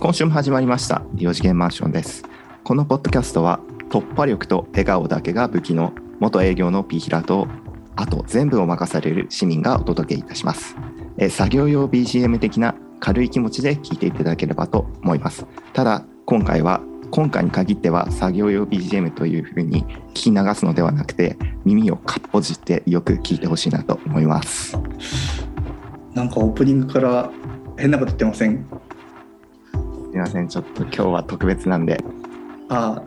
今週も始まりました4次元マンションですこのポッドキャストは突破力と笑顔だけが武器の元営業のピーヒラとあと全部を任される市民がお届けいたしますえー作業用 BGM 的な軽い気持ちで聞いていただければと思いますただ今回は今回に限っては作業用 BGM というふうに聞き流すのではなくて耳をかっぽじってよく聞いてほしいなと思いますなんかオープニングから変なこと言ってませんすいませんちょっと今日は特別なんであ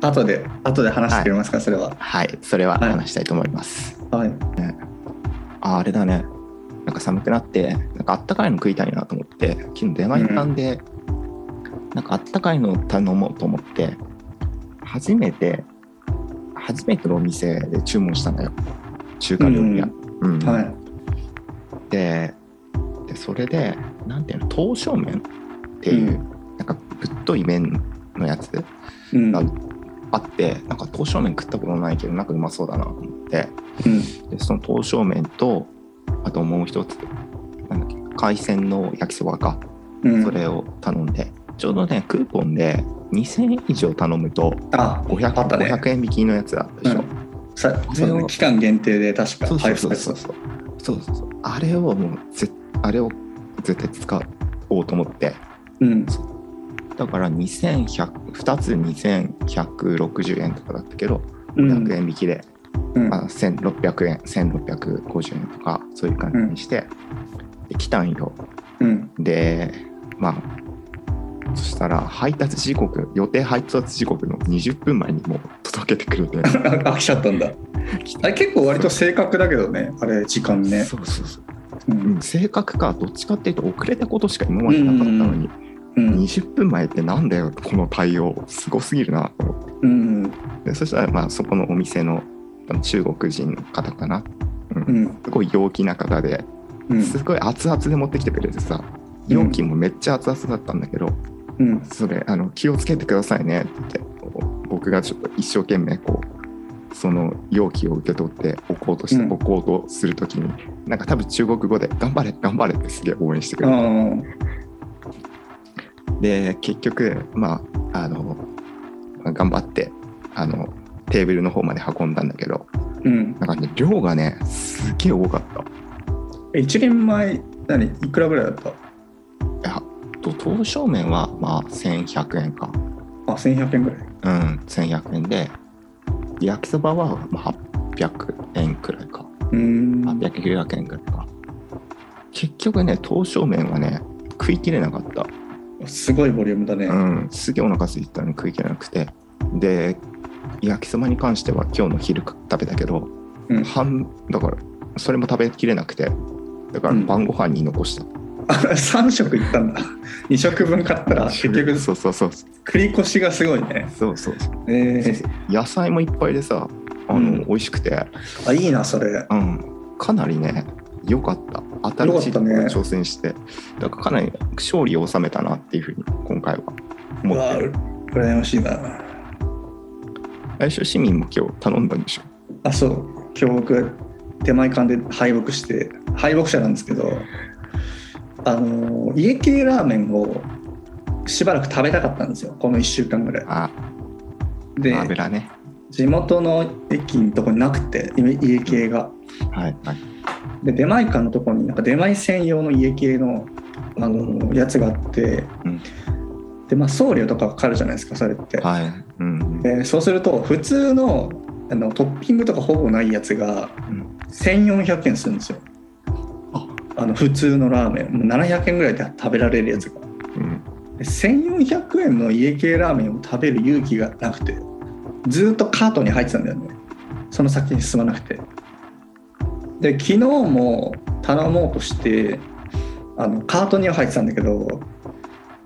あ後で後で話してくれますか、それははいそれは話したいと思います、はいああれだねなんか寒くなってなんかあったかいの食いたいなと思って昨日出前行ったんで、なんかあったかいの頼もうと思って初めて初めてのお店で注文したんだよ中華料理屋、うんはいででそれでなんていうの刀削麺っていう、うなんかぶっとい麺のやつうんああってなんか刀削麺食ったことないけどなんかうまそうだなと思ってうんでその刀削麺とあともう一つなんだっけ海鮮の焼きそばか、うんそれを頼んでちょうどねクーポンで2000円以上頼むとあ 500, あったね500円引きのやつあったでしょ、うんさをその期間限定で確かそうそ配う布さそうれてたそうそうそうそうそうあれをもうぜあれを絶対使おうと思ってうんだから2100 2つ2160円とかだったけどうん500円引きでうんまあ、1600円1650円とかそういう感じにして、で来たんようんでまあそしたら配達時刻予定配達時刻の20分前にもう届けてくれ てああ来ちゃったんだあれ結構割と正確だけどねあれ時間ねそうそうそう、ううんん、正確かどっちかっていうと遅れたことしか今までなかったのに、うん20分前ってなんだよこの対応すごすぎるなと思ってうんでそしたらまあそこのお店のあの中国人の方かなうんすごい陽気な方でうんすごい熱々で持ってきてくれてさうん容器もめっちゃ熱々だったんだけど、うんそれあの気をつけてくださいねって言ってこう僕がちょっと一生懸命こうその容器を受け取って置こうとして、うん置こうとするときになんか多分中国語で「頑張れ頑張れ」ってすげえ応援してくれうて、んで結局まああの頑張ってあのテーブルの方まで運んだんだけどうんなんかね量がねすげえ多かった。一人前何いくらぐらいだったいやと刀削麺はまあ1100円か。あ1100円ぐらいうん、1100円で、焼きそばはまあ800円くらいか、うん800、900円くらいか。結局ね、刀削麺はね、食い切れなかった。すごいボリュームだねうん、すげえお腹空いてたのに食い切れなくて。で、焼きそばに関しては今日の昼食べたけど、うん半、だから、それも食べきれなくて、だからうん晩ご飯に残した。あ3食いったんだ2食分買ったら結局そうそうそうそう。繰越しがすごいねそうそうそうえー野菜もいっぱいでさ、あの、うん美味しくて。あいいなそれうん、かなりね、良かった。新しいところに挑戦して、だからかなり勝利を収めたなっていうふうに今回はう思っわてうる。らやましいな来週市民も今日頼んだんでしょ。あそう今日僕手前館で敗北して敗北者なんですけどあの家系ラーメンをしばらく食べたかったんですよこの1週間ぐらいあ、で油ね。地元の駅のとこになくて今家系がはいはい。で出前館のところになんか出前専用の家系のあのやつがあって、うんでまあ、送料とかかかるじゃないですかそれって、はい。うん。でそうすると普通のあのトッピングとかほぼないやつがうん1400円するんですよああの普通のラーメンもう700円ぐらいで食べられるやつがうんで1400円の家系ラーメンを食べる勇気がなくてずーっとカートに入ってたんだよねその先に進まなくてで昨日も頼もうとしてあのカートには入ってたんだけど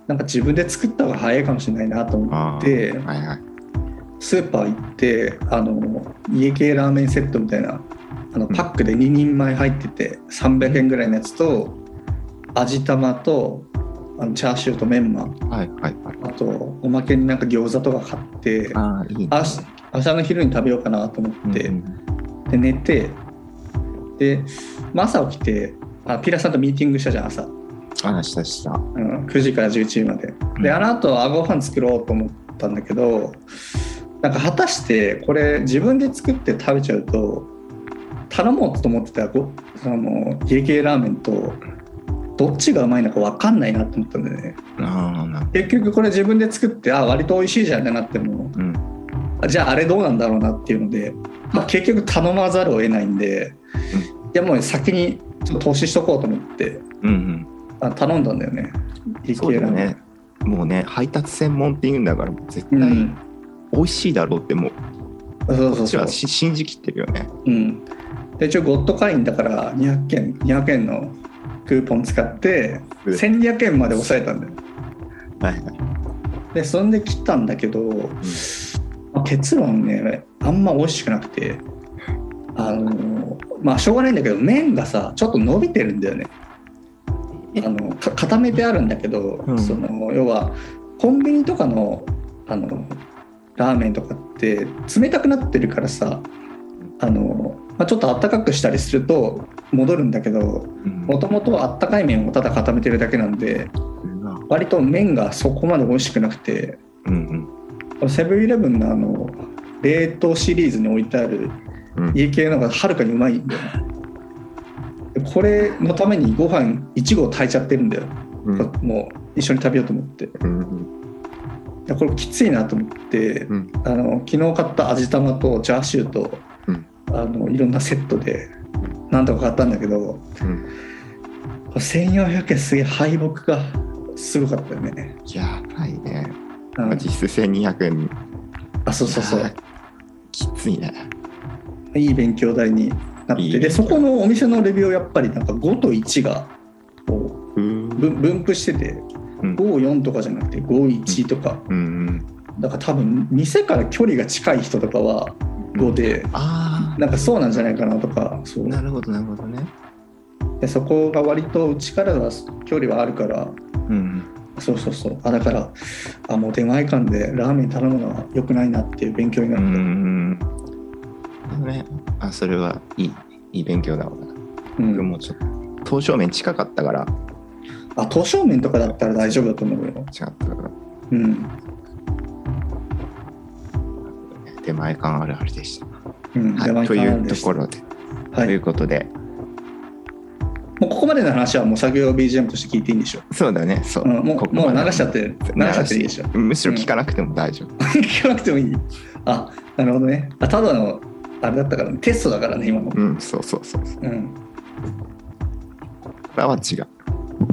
なんか自分で作った方が早いかもしれないなと思あっーてはいはい。スーパー行ってあの家系ラーメンセットみたいなあのパックで2人前入ってて300円ぐらいのやつと味玉とあのチャーシューとメンマはいはいはい。あとおまけになんか餃子とか買ってあーいいね明日明日の昼に食べようかなと思って、うんで寝てで、まあ、朝起きてあピラさんとミーティングしたじゃん朝、あ、したした。うん、9時から11時までであの後と晩ご飯作ろうと思ったんだけどなんか果たしてこれ自分で作って食べちゃうと頼もうと思ってたごあの家系ラーメンとどっちがうまいのか分かんないなと思ったんだよねああなる結局これ自分で作ってあ割と美味しいじゃんってなってもうんあじゃああれどうなんだろうなっていうので、まあ、結局頼まざるを得ないんで、いやもう先にちょっと投資しとこうと思ってうんあ頼んだんだよねう家んそう系だラよーメンねもうね配達専門っていうんだからもう絶対うん、美味しいだろうってもうそうこそっうちそうはし信じきってるよねうん、で一応ゴッド会員だから200円200円のクーポン使ってうん1200円まで抑えたんだよはいはいでそんで切ったんだけど、まあ結論ねあんま美味しくなくてあのまあしょうがないんだけど麺がさちょっと伸びてるんだよねえあのか固めてあるんだけど、うんその要はコンビニとかのあのラーメンとかって冷たくなってるからさあの、まあ、ちょっとあったかくしたりすると戻るんだけどうんもともとあったかい麺をただ固めてるだけなんで割と麺がそこまで美味しくなくてうんうんセブンイレブンのあの冷凍シリーズに置いてあるうん家系の方がはるかにうまいんだよねでこれのためにご飯1合炊いちゃってるんだようんもう一緒に食べようと思ってうんでこれきついなと思って、うんあの昨日買った味玉とチャーシューと、うんあのいろんなセットでなんとか買ったんだけどうんこれ1400円すげえ敗北がすごかったよね、やばいねうん実質1200円あそうそうそうきついねいい勉強代になっていいねでそこのお店のレビューをやっぱりなんか5と1がこううん分分布してて、うん54とかじゃなくて51とか、うんだから多分店から距離が近い人とかは5で、あなんかそうなんじゃないかなとかそあうなるほどなるほどねでそこが割とうちからは距離はあるからうんそうそうそうあだからあもう出前館でラーメン頼むのは良くないなっていう勉強になうっんて、うんねあそれはいいいい勉強だわうん僕もちょっと刀削麺近かったからあ刀削麺とかだったら大丈夫だと思うよ、近かったからうん手前感あるあるでしたうん、出は前いと館いなんうでとすころではといいうことでもうここまでの話はもう作業 BGM として聞いていいんでしょ、そうだねそううん、もうここもまうで流しちゃって流しちゃっていいでしょむしろ聞かなくても大丈夫 聞かなくてもいいあなるほどねあただのあれだったからねテストだからね今のうん、そうそうそうそううんこれは違う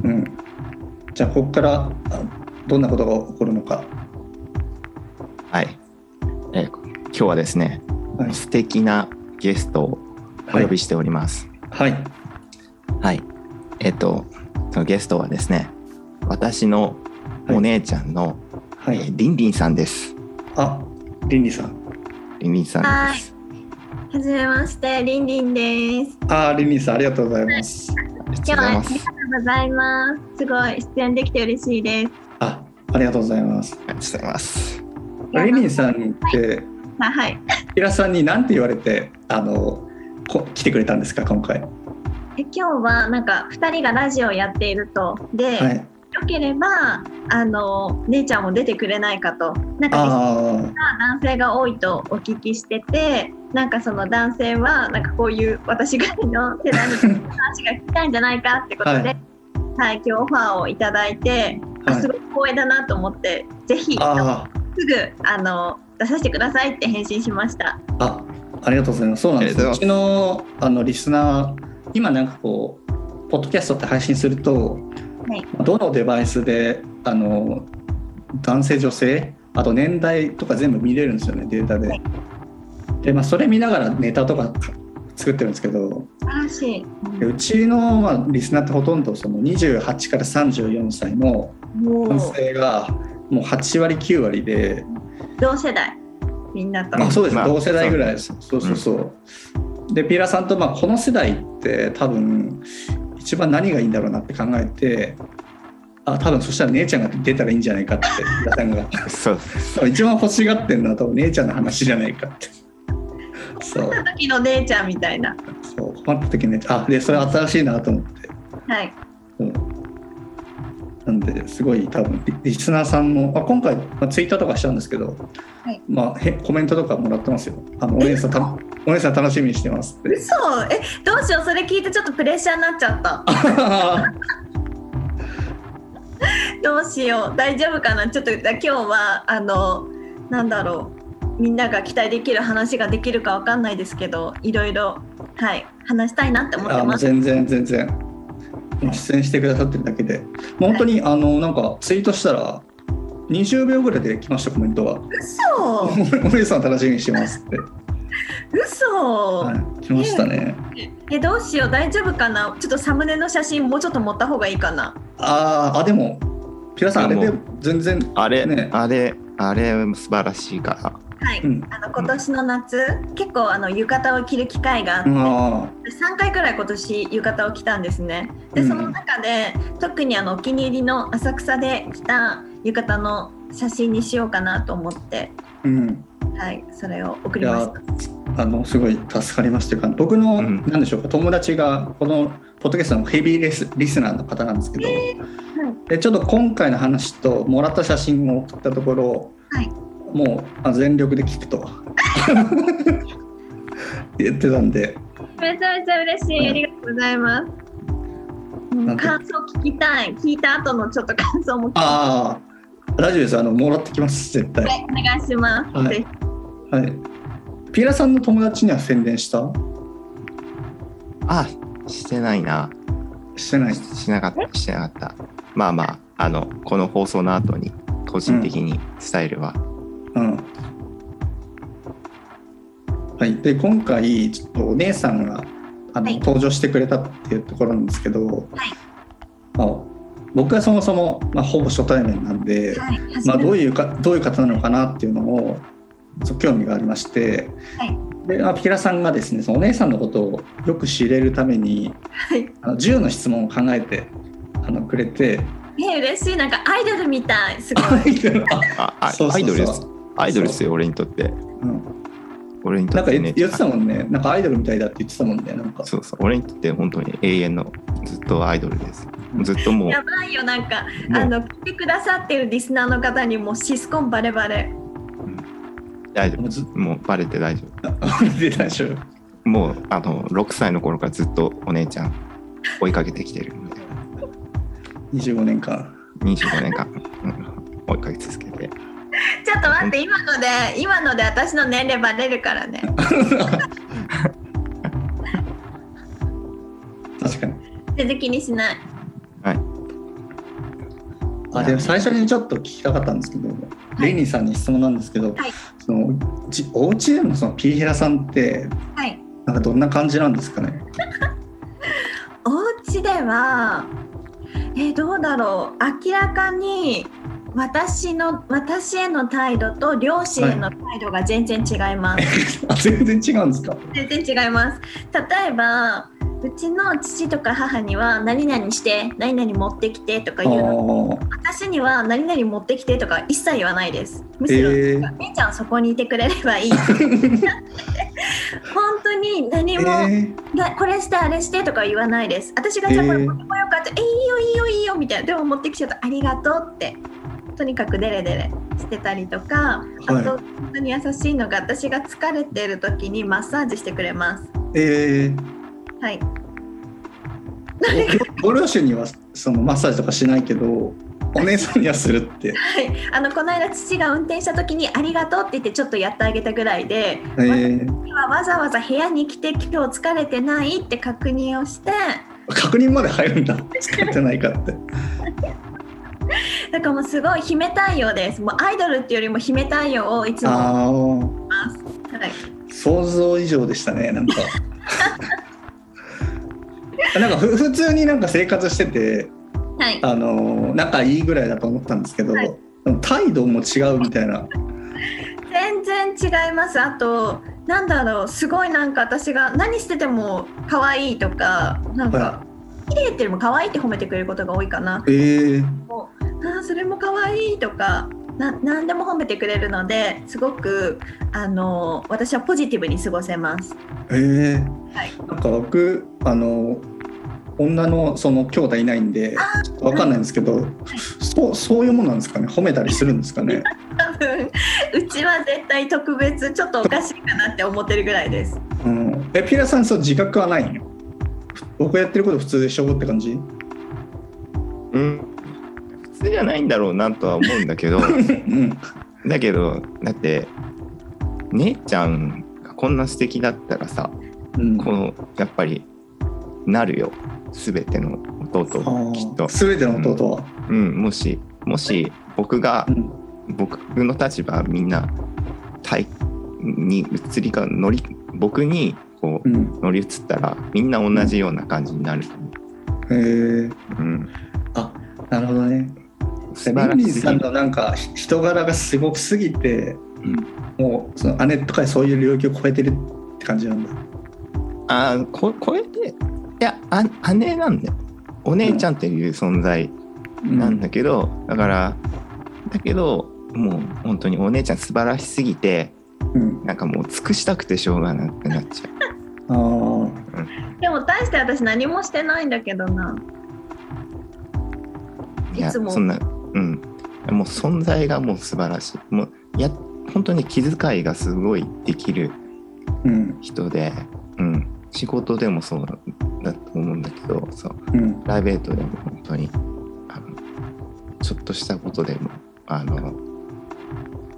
うんじゃあここからあどんなことが起こるのかはい、えー今日はですね、はい素敵なゲストをおは呼いびしておりますはいはい、えっ、とそのゲストはですね私のお姉ちゃんの、はえいーリンリンさんですあリンリンさんリンリンさんですはじめまして、りんりんです。あリンリンさんありがとうございますありがとう今ご日ざいはあますりがとうございます。すごい出演できて嬉しいです。あありがとうございますありがとうございますリンリンさんってあはい。平さんに何て言われてあのこ来てくれたんですか今回はえ今日はなんか二人がラジオやっているとで、い良ければあの姉ちゃんも出てくれないかとなんかあ男性が多いとお聞きしててなんかその男性はなんかこういう私ぐらいの世代の人の話が聞きたいんじゃないかってことで、ははいい今日オファーをいただいて、あ、あはすいごい光栄だなと思ってぜひあーすぐあの出させてくださいって返信しました。あありがとうございます。そうなんですよ。あうりちのあのリスナー、今なんかこう、ポッドキャストって配信すると、はいどのデバイスであの男性、女性、あと年代とか全部見れるんですよね、データで。はいで、まあ、それ見ながらネタとか作ってるんですけど、素晴らしい。でうちの、まあ、リスナーってほとんどその28から34歳のもう男性がもう8割、9割で、同世代みんなと。あそうです、まあ同世代ぐらいそそううそうそうでピーラさんと、まあ、この世代って多分一番何がいいんだろうなって考えてあ多分そしたら姉ちゃんが出たらいいんじゃないかってピーラさんが そうそう一番欲しがってるのは多分姉ちゃんの話じゃないかってそうその時の姉ちゃんみたいな。そう困った時にねあでそれ新しいなと思ってはい。そうなんですごい多分リリスナーさんも、あ、今回、まあ、ツイートとかしたんですけど、はいまあへコメントとかもらってますよ。あのお姉さんた お姉さん楽しみにしてますって。 嘘えどうしようそれ聞いてちょっとプレッシャーになっちゃったどうしよう大丈夫かなちょっと今日はあのなんだろうみんなが期待できる話ができるかわかんないですけどいろいろはい話したいなって思ってあもまうす全然全然もう出演してくださってるだけでもう本当にあのなんかツイートしたら20秒ぐらいで来ましたコメント が「嘘お姉さん楽しみにしてます」って、嘘、はい、来ましたねえどうしよう大丈夫かなちょっとサムネの写真もうちょっと持った方がいいかなあーあでもピラさんあでれもで全然あれ、ねあれ、あれ、素晴らしいかはい、うんあの今年の夏結構あの浴衣を着る機会があって、あ3回くらい今年浴衣を着たんですねでうんその中で、特にあのお気に入りの浅草で着た浴衣の写真にしようかなと思ってーうんはいそれを送いりまやしたあのすごい助かりますというか僕の、うんなんでしょうか友達がこのポッドキャストのヘビーレスリスナーの方なんですけど、でちょっと今回の話ともらった写真を送ったところ、はいもうあ全力で聞くと言ってたんでめちゃめちゃ嬉しいありがとうございます、うんなんて感想聞きたい聞いた後のちょっと感想も聞きたいああ大丈夫ですあのもらってきます絶対、お願いします、はいぜひはい、ピエラさんの友達には宣伝したな。あ、してないな。してないししなかった、してなかった。まあまあ、あの、この放送の後に、個人的に伝えるわ。うんはい、で今回ちょっとお姉さんがあの、はい登場してくれたっていうところなんですけど、はいまあ、僕はそもそも、まあ、ほぼ初対面なんで、はい、まあ、どうういうかどういう方なのかなっていうのをそう興味がありまして、はいでまあ、ピケラさんがですねそのお姉さんのことをよく知れるためにはいあの10の質問を考えてあのくれて え嬉しいなんかアイドルみたいすごいアイドルああ、あそうアそうそうイドルです。アイドルですよ、俺にとって。うん俺にとなんっかて言ね。言ってたもんねなんかアイドルみたいだって言ってたもんねなんかそうそう、俺にとって本当に永遠のずっとアイドルです。ずっともう、やばいよなんかもあうの来てくださってるリスナーの方にもうシスコンバレバレ大丈もうずっ夫。もうバレて大丈と出たでしょ夫。もう、あの、6歳の頃からずっとお姉ちゃん追いかけてきてるんで、 25年間25年間、うん追いかけ続けて。ちょっと待って今ので今ので私の年齢バレるからね確かに全然気にしないあでも最初にちょっと聞きたかったんですけど、レイニーさんに質問なんですけど、はいそのじお家でのそのピーヘラさんってはいなんかどんな感じなんですかねお家ではえーどうだろう明らかに私の私への態度と両親への態度が全然違います、あ全然違うんですか全然違います例えばうちの父とか母には何々して何々持ってきてとかあ言うのー私には何々持ってきてとか一切言わないです。むしろ、えー姉ちゃんそこにいてくれればいい。本当に何えも、ーなこれしてあれしてとか言わないです。私がじゃあこえれー持ってこようかって、えいいよいいよいいよみたいな。でも持ってきちゃったありがとうって。とにかくデレデレしてたりとか、あとは本当に優しいのが私が疲れてる時にマッサージしてくれます。いえーはい。ごご両親にはそのマッサージとかしないけどお姉さんにはする ってはい、あのこの間父が運転した時にありがとうって言ってちょっとやってあげたぐらいで、えーわざわざ部屋に来て今日疲れてないって確認をして確認まで入るんだ疲れてないかってだからもうすごい秘め太陽ですもうアイドルっていうよりも秘め太陽をいつも、はああ想像以上でしたねなん かなんかふ普通になんか生活してていはい、あのー仲いいぐらいだと思ったんですけど、はいでも態度も違うみたいな全然違いますあとなんだろうすごいなんか私が何してても可愛いとかなんかは綺麗っていうよりも可愛いって褒めてくれることが多いかなええもうあーそれも可愛いとかな何でも褒めてくれるのですごくあの私はポジティブに過ごせます。ええはいなんか僕あのー女のその兄弟いないんでちょっとわかんないんですけどそうそういうもんなんですかね褒めたりするんですかね多分うちは絶対特別ちょっとおかしいかなって思ってるぐらいですうん、えピラさんそう自覚はないんよ僕やってること普通でしょって感じうん普通じゃないんだろうなとは思うんだ けどうんだけどだって姉ちゃんがこんな素敵だったらさうんこのやっぱりなるよ全ての弟あがきっとー、全ての弟は、うん、もしもし僕がうん僕の立場みんな体に移りか乗り僕にこううん乗り移ったらみんな同じような感じになる、へーうん、あなるほどね素リ晴らンリンしいさんのなんかひ人柄がすごくすぎて、うんもうその姉とかそういう領域を超えてるって感じなんだあーこ超えていやあ姉なんだよお姉ちゃんっていう存在なんだけど、だからだけどもう本当にお姉ちゃん素晴らしすぎてうん、なんかもう尽くしたくてしょうがなくなっちゃうあーでも大して私何もしてないんだけどないや いつもそんなうんもう存在がもう素晴らしいもういや本当に気遣いがすごいできるうん人で、うん、仕事でもそうだと思うんだけどそううんプライベートでも本当にあのちょっとしたことでもあの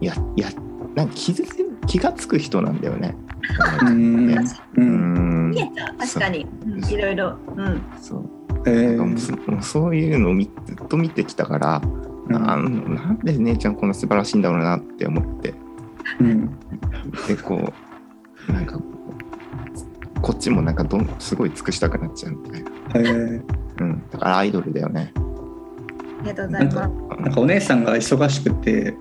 いやいやなんか気づ気がつく人なんだよ ね。うんねううんん見えた確かに、うん、いろいろうんそうえなんかもうーそもうそういうのを見ずっと見てきたから、あのなんで姉ちゃんこんな素晴らしいんだろうなって思ってうんでこうなんかこうこっちもなんかどんすごい尽くしたくなっちゃうみたいな、えーうん、だからアイドルだよね。ありがとうございますなんかお姉さんが忙しくて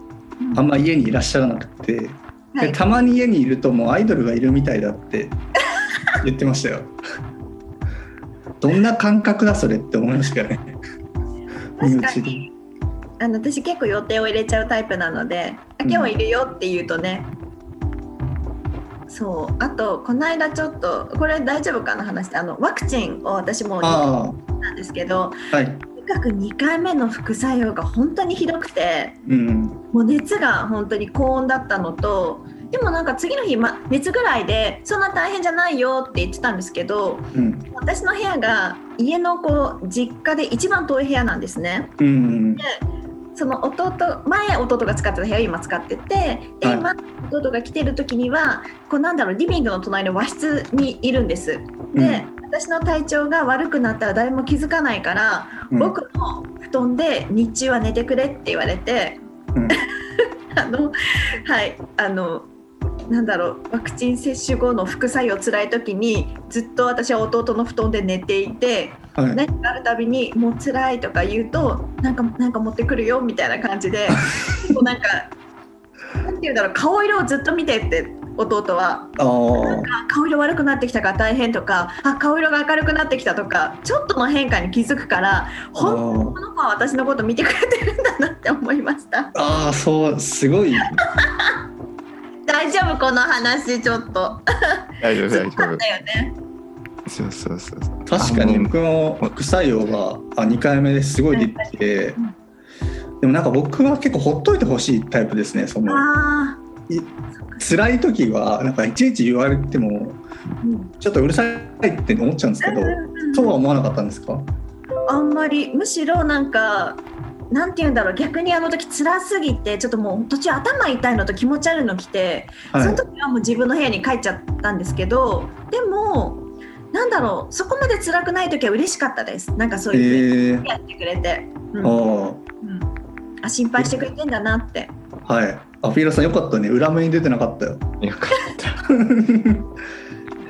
あんま家にいらっしゃらなくてはでいたまに家にいるともうアイドルがいるみたいだって 言ってましたよどんな感覚だそれって思いましたよね確か身内でにあの私結構予定を入れちゃうタイプなので「あ今日いるよ」って言うとね、そうあとこの間ちょっとこれ大丈夫かな話してあのワクチンを私もう打っあたんですけどあはいとにかく2回目の副作用が本当にひどくてうんもう熱が本当に高温だったのとでもなんか次の日、ま、熱ぐらいでそんな大変じゃないよって言ってたんですけどうん私の部屋が家のこう実家で一番遠い部屋なんですね。うんその弟前弟が使ってた部屋を今使っててで、はい今弟が来てる時にはこうなんだろうリビングの隣の和室にいるんです。うんで、私の体調が悪くなったら誰も気づかないから、うん僕の布団で日中は寝てくれって言われて、うん あのはいあのなんだろうワクチン接種後の副作用辛い時にずっと私は弟の布団で寝ていてはい何かあるたびに「もう辛い」とか言うと「なんかなんか持ってくるよ」みたいな感 じでもうなんかなんて言うんだろう顔色をずっと見てって弟はああ「あ顔色悪くなってきたから大変」とか「あ顔色が明るくなってきた」とかちょっとの変化に気づくから本当にこの子は私のこと見てくれてるんだなって思いましたああそうすごい大丈夫この話ちょっと大丈夫す大ご丈かったよね夫。そうそうそうそう。確かにあもう僕も副作用があ2回目ですごい出てきてうんでもなんか僕は結構ほっといてほしいタイプですねそのあ辛い時はなんかいちいち言われてもあ、うんちょっとうるさいって思っちゃうんですけどそうは思わなかったんですかあんまりむしろなんかなんて言うんだろう逆にあの時辛すぎてちょっともう途中頭痛いのと気持ち悪いの来て、はそいの時はもう自分の部屋に帰っちゃったんですけどでもなんだろうそこまで辛くない時は嬉しかったですなんかそうえいうーふう、にやってくれて、うんあうんあ心配してくれてんだなってあはいあフィーラさんよかったね裏目に出てなかったよ よかった。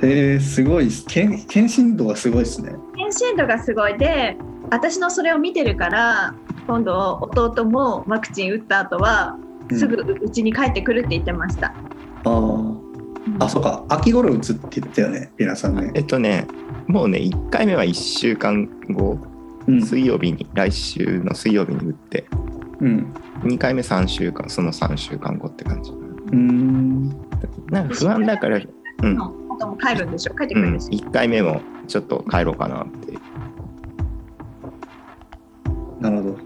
へえすごいっすけん献身度がすごいですね返信度がすごいで私のそれを見てるから今度弟もワクチン打った後はうんすぐうちに帰ってくるって言ってました。あああそうか秋頃打つって言ったよねフィーラさんねえっとね、もうね、1回目は1週間後、うん水曜日に、来週の水曜日に打って、うん2回目3週間、その3週間後って感じ。うーんなんか不安だから、うん、弟も帰るんでしょ帰ってうくるんん、でしょ、 1回目もちょっと帰ろうかなって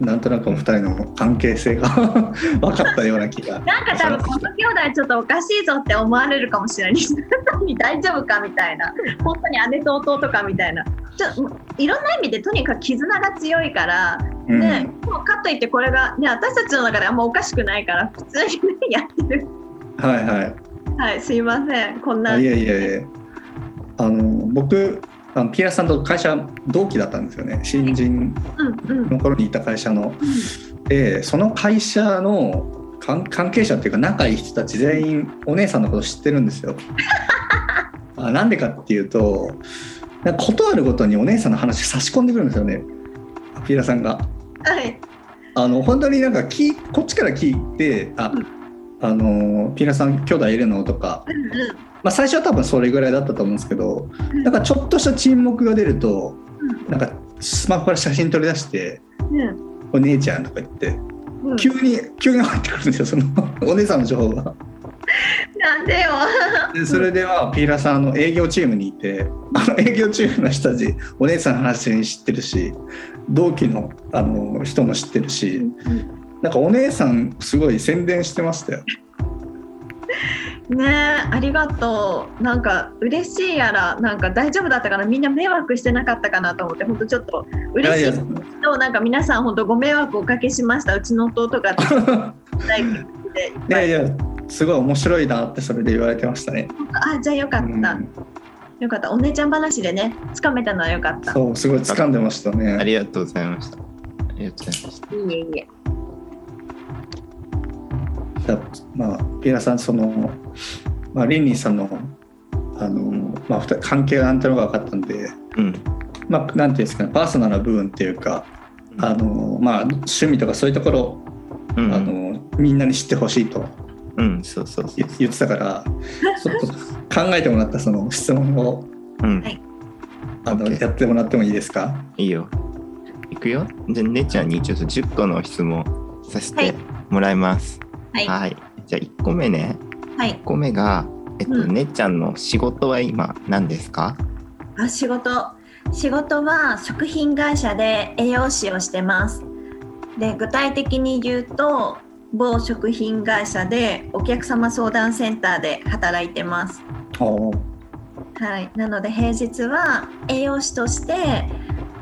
なんとなくお二人の関係性が 分かったような気がなんか多分この兄弟ちょっとおかしいぞって思われるかもしれない大丈夫かみたいな本当に姉と弟かみたいなちょいろんな意味でとにかく絆が強いから、うんねもうかといってこれが、ね、私たちの中であんまおかしくないから普通に、ね、やってるはいはいはいすいませんこんあないやいやいやあの僕あのピアさんと会社同期だったんですよね新人うんうんうんの頃にいた会社のでその会社の関関係者っていうか仲いい人たち全員お姉さんのこと知ってるんですよ。あなんでかっていうとなんかことあるごとにお姉さんの話差し込んでくるんですよねピーラさんが。はいあの本当になんか聞いこっちから聞いて「あ、うんあのピーラさん兄弟いるの?」とか、うんうんまあ、最初は多分それぐらいだったと思うんですけどうんなんかちょっとした沈黙が出るとうんなんかスマホから写真取り出してうん「お姉ちゃん」とか言ってうん急に急に入ってくるんですよそのお姉さんの情報が。なんでよでそれではピーラさんあの営業チームにいてあの営業チームの人たちお姉さんの話知ってるし同期のあの人も知ってるしなんかお姉さんすごい宣伝してましたよ。ねえありがとうなんか嬉しいやらなんか大丈夫だったかなみんな迷惑してなかったかなと思って本当ちょっと嬉しいいや いとなんか皆さん本当ご迷惑をおかけしましたうちの弟が大や でいやいやすごい面白いなってそれで言われてましたね。あじゃあよかった、うんよかったお姉ちゃん話でねつかめたのはよかったいそうすごい掴んでましたあね。りがとうございました。ありがとうございました。えいえじゃあまあピーラさんそのまあリンリンさんのあのまあ二人関係がなんてのが分かったんで。うん。まあ、なんていうんですかねパーソナルな部分っていうか、あのまあ、趣味とかそういうところ、うん、あのみんなに知ってほしいとうん、そうそうそう言。言ってた からちょっと考えてもらったその質問をうんはい、あの OK やってもらってもいいですかいいよ。いくよ。じゃあ、ねちゃんにちょっと10個の質問させはいてもらいます。はいじゃあ、1個目ね。はい1個目が、えっと、うんねちゃんの仕事は今何ですかあ仕事仕事は食品会社で栄養士をしてますで具体的に言うと某食品会社でお客様相談センターで働いてますおーはい、なので平日は栄養士として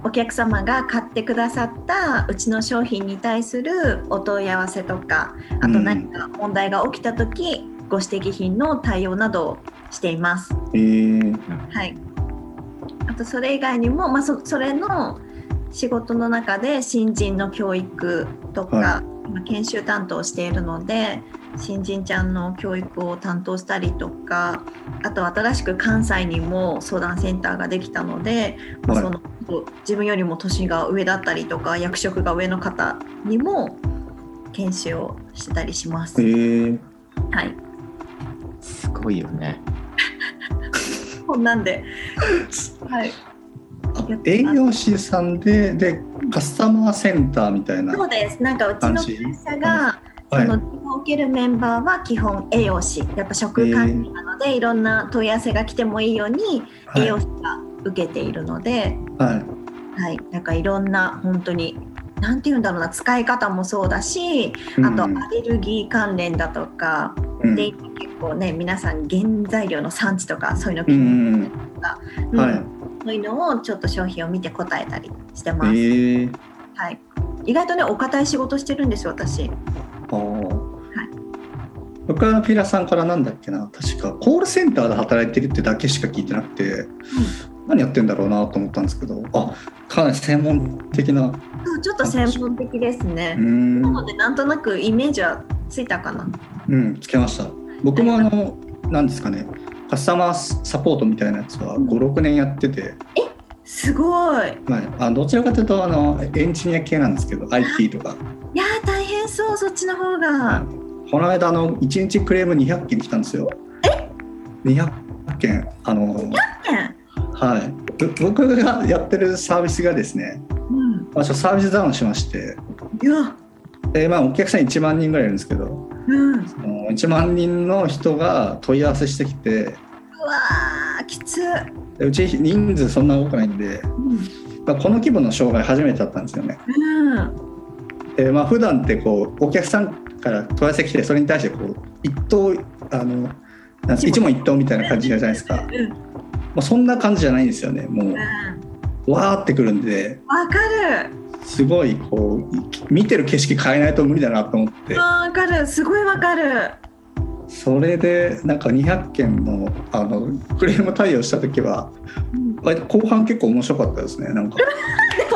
お客様が買ってくださったうちの商品に対するお問い合わせとかあとうん何か問題が起きた時、ご指摘品の対応などをしています。えーはい、あとそれ以外にも、まあ、そそれの仕事の中で新人の教育とか、はまあ研修担当をしているので新人ちゃんの教育を担当したりとかあと新しく関西にも相談センターができたので、まはあいその自分よりも年が上だったりとか役職が上の方にも研修をしてたりします。えーはい、すごいよね。こんな んで、はい、あ営業士さんででカスタマーセンターみたいな、そうです。なんかうち感の会じ社が、はいその自分を受けるメンバーは基本栄養士、やっぱ食管理なので、いろんな問い合わせが来てもいいようにはい栄養士が受けているので、はいはい、なんかいろんな本当に。なんて言うんだろうな使い方もそうだしあとうんアレルギー関連だとか、うんで今結構ね皆さん原材料の産地とかそういうの、うんうんはいそういうのをちょっと商品を見て答えたりしてまえす、ーはい、意外とねお堅い仕事してるんですよ私ああ。僕はピラさんからなんだっけな確かコールセンターで働いてるってだけしか聞いてなくて、何やってんだろうなと思ったんですけどあかなり専門的なそうちょっと専門的ですねうー。んなのでなんとなくイメージはついたかな。うんつけました僕もあの何ですかねカスタマーサポートみたいなやつは56年やってて、すごい。いはい、あどちらかというとあのエンジニア系なんですけど IT とか、やー大変そうそっちの方が。この間あの1日クレーム200件来たんですよえ200件あのね、はい、ぼ僕がやってるサービスがですね、うん。まあ、ちょっとサービスダウンしまして、いや、でまあ、お客さん1万人ぐらいいるんですけどうん。うわあの1万人の人が問い合わせしてきてーきつ。でうち人数そんな多くないんで、うん。まあ、この規模の障害初めてだったんですよねうん。えーまあ普段ってこうお客さんから問い合わせ来てそれに対してこう一答あのなんて一問一答みたいな感じじゃないですか、まうんあ、そんな感じじゃないんですよねもうんうわーってくるんでわかるすごいこう見てる景色変えないと無理だなと思ってわかるすごいわかるそれでなんか200件のあのクレーム対応した時はうん割と後半結構面白かったですねなんかで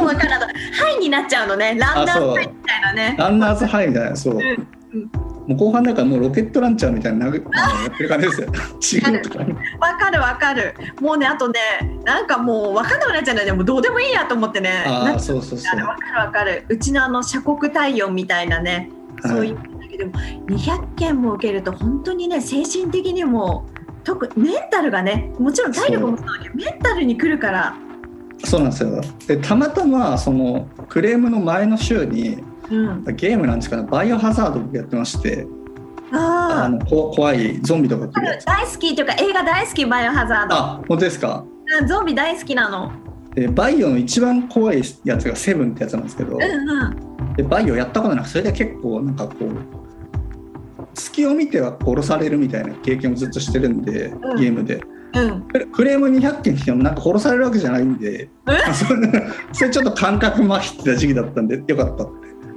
もわからないはいになっちゃうのねランナあそうーハイみたいなねランナーズハイみたいなそう、んもう後半なんかもうロケットランチャーみたいな投げ あのやってる感じ ですよチームとかにわかるわかるもうねあとねなんかもうわかんなくなっちゃうんだよねもうどうでもいいやと思ってねあなあっちそうそうそゃうねわうかるわかるうちのあの社国対応みたいなね、はいそういうのだけども200件も受けると本当にね精神的にも特メンタルがねもちろん体力もそうだけどメンタルにくるから、そうなんですよでたまたまそのクレームの前の週にうん、ゲームなんですかねバイオハザード僕やってましてああのこ怖いゾンビとか来るやあつ大好きというか映画大好きバイオハザードあ本当ですかうんゾンビ大好きなのでバイオの一番怖いやつがセブンってやつなんですけど、うんうんでバイオやったことなくそれで結構なんかこう隙を見ては殺されるみたいな経験をずっとしてるんで、うんゲームでうんクレクレーム200件来てもなんか殺されるわけじゃないんで、それそれちょっと感覚麻痺ってた時期だったんでよかった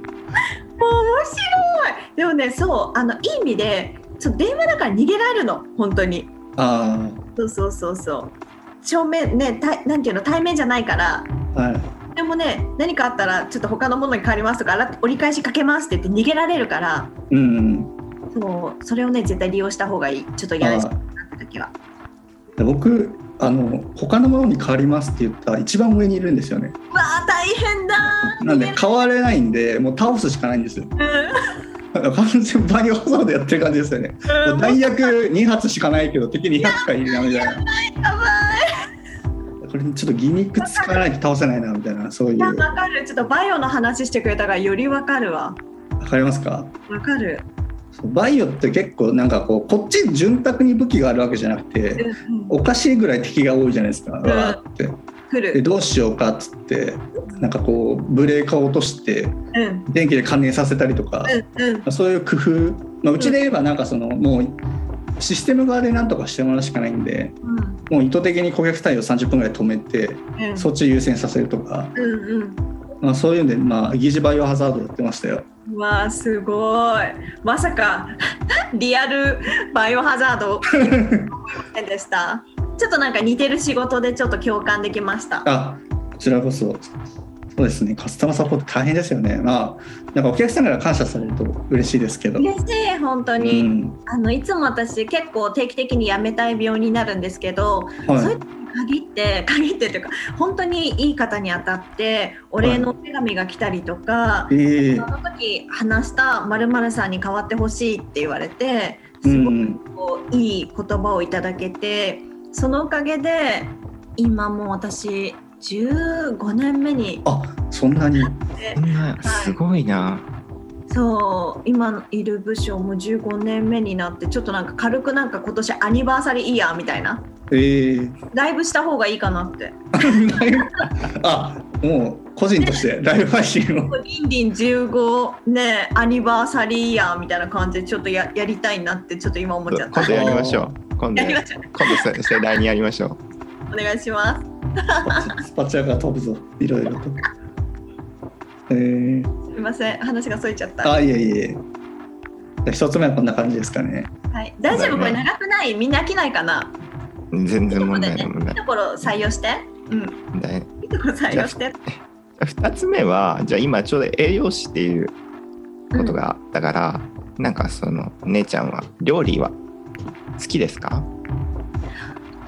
もう面白いでもねそうあのいい意味でちょっと電話だから逃げられるの本当にあそうそうそうそう正面ね対なんていうの対面じゃないからあはいでもね何かあったらちょっと他のものに変わりますとかあら折り返しかけますって言って逃げられるからうんそうそれをね絶対利用した方がいいちょっとあ嫌なー時はで僕あの他のものに変わりますって言ったら一番上にいるんですよねうわー大変だーなんで変われないんでもう倒すしかないんですよ完全にバイオハザードやってる感じですよね うん、うん、弾薬2発しかないけど敵200回いるなみたいなやばいこれちょっとギミック使わないと倒せないなみたいなそういいうやわわかるちょっとバイオの話してくれたからよりわかるわかりますかわかる、そうバイオって結構なんかこうこっち潤沢に武器があるわけじゃなくうてんうん、おかしいぐらい敵が多いじゃないですか、んわーって来でるどうしようかっつってなんかこうブレーカーを落としてうん電気で感電させたりとか、うんうんそういう工夫、まあ、うちで言えばなんかそのもうシステム側でなんとかしてもらうしかないんでうんもう意図的に顧客対応30分ぐらい止めてうんそっち優先させるとか、うんうんまあ、そういうんで、まあ、疑似バイオハザードやってましたよ。うわあすごいまさか リアルバイオハザー ドでしたちょっとなんか似てる仕事でちょっと共感できましたあこちらこそそうですねカスタマーサポート大変ですよねまあなんかお客さんから感謝されると嬉しいですけど、嬉しい本当うに、んあのいつも私結構定期的に辞めたい病になるんですけど、そういはう時に限って限ってというか本当にいい方に当たってお礼のお手紙が来たりとか、い、ええその時話したまるさんに代わってほしいって言われてうすごんくこういい言葉をいただけてそのおかげで今もう私15年目にあそんなにそんなすごいな。そう今いる部署も15年目になってちょっとなんか軽くなんか今年アニバーサリーイヤーみたいなええ ライブした方がいいかなってあもう個人としてライブ配信をリンリン15ねアニバーサリーイヤーみたいな感じでちょっとややりたいなってちょっと今思っちゃった今度やりましょう。今度やり今ましょう度 せ世代にやりましょう。お願いしますスパチャが飛ぶぞいろいろと。ええすみません、話がそれちゃった。あいえいえじゃあ一つ目はこんな感じですかね。はい、大丈夫、これ長くない、みんな飽きないかな。全然問題いいないとこ問ろでねいい題ところ採用して。うん、ない。いいところ採用して。 2つ目はじゃあ今ちょうど栄養士っていうことうんがあったから、なんかその姉ちゃんは料理は好きですか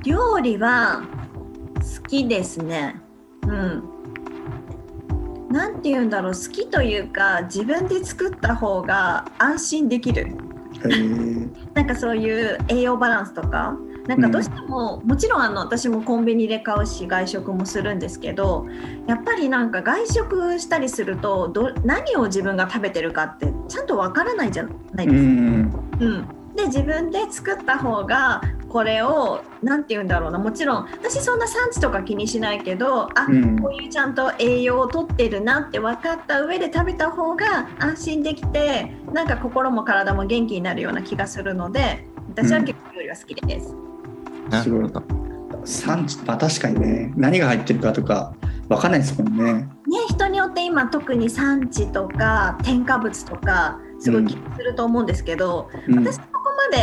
料理は好きですね。うん。なんて言うんだろう、好きというか、自分で作った方が安心できる。ええなんかそういう栄養バランスとか。なんかどうしても、もちろんあの私もコンビニで買うし外食もするんですけどやっぱりなんか外食したりするとど何を自分が食べてるかってちゃんとわからないじゃないでうすか、んうんで自分で作った方がこれを何て言うんだろうなもちろん私そんな産地とか気にしないけどあ、うんこういうちゃんと栄養をとってるなって分かった上で食べた方が安心できてなんか心も体も元気になるような気がするので私は結構料理は好きです。なるほど。産地まあ確かにね何が入ってるかとかわかんないですもんねね、人によって今特に産地とか添加物とかすごい気にすると思うんですけど、うん私そこま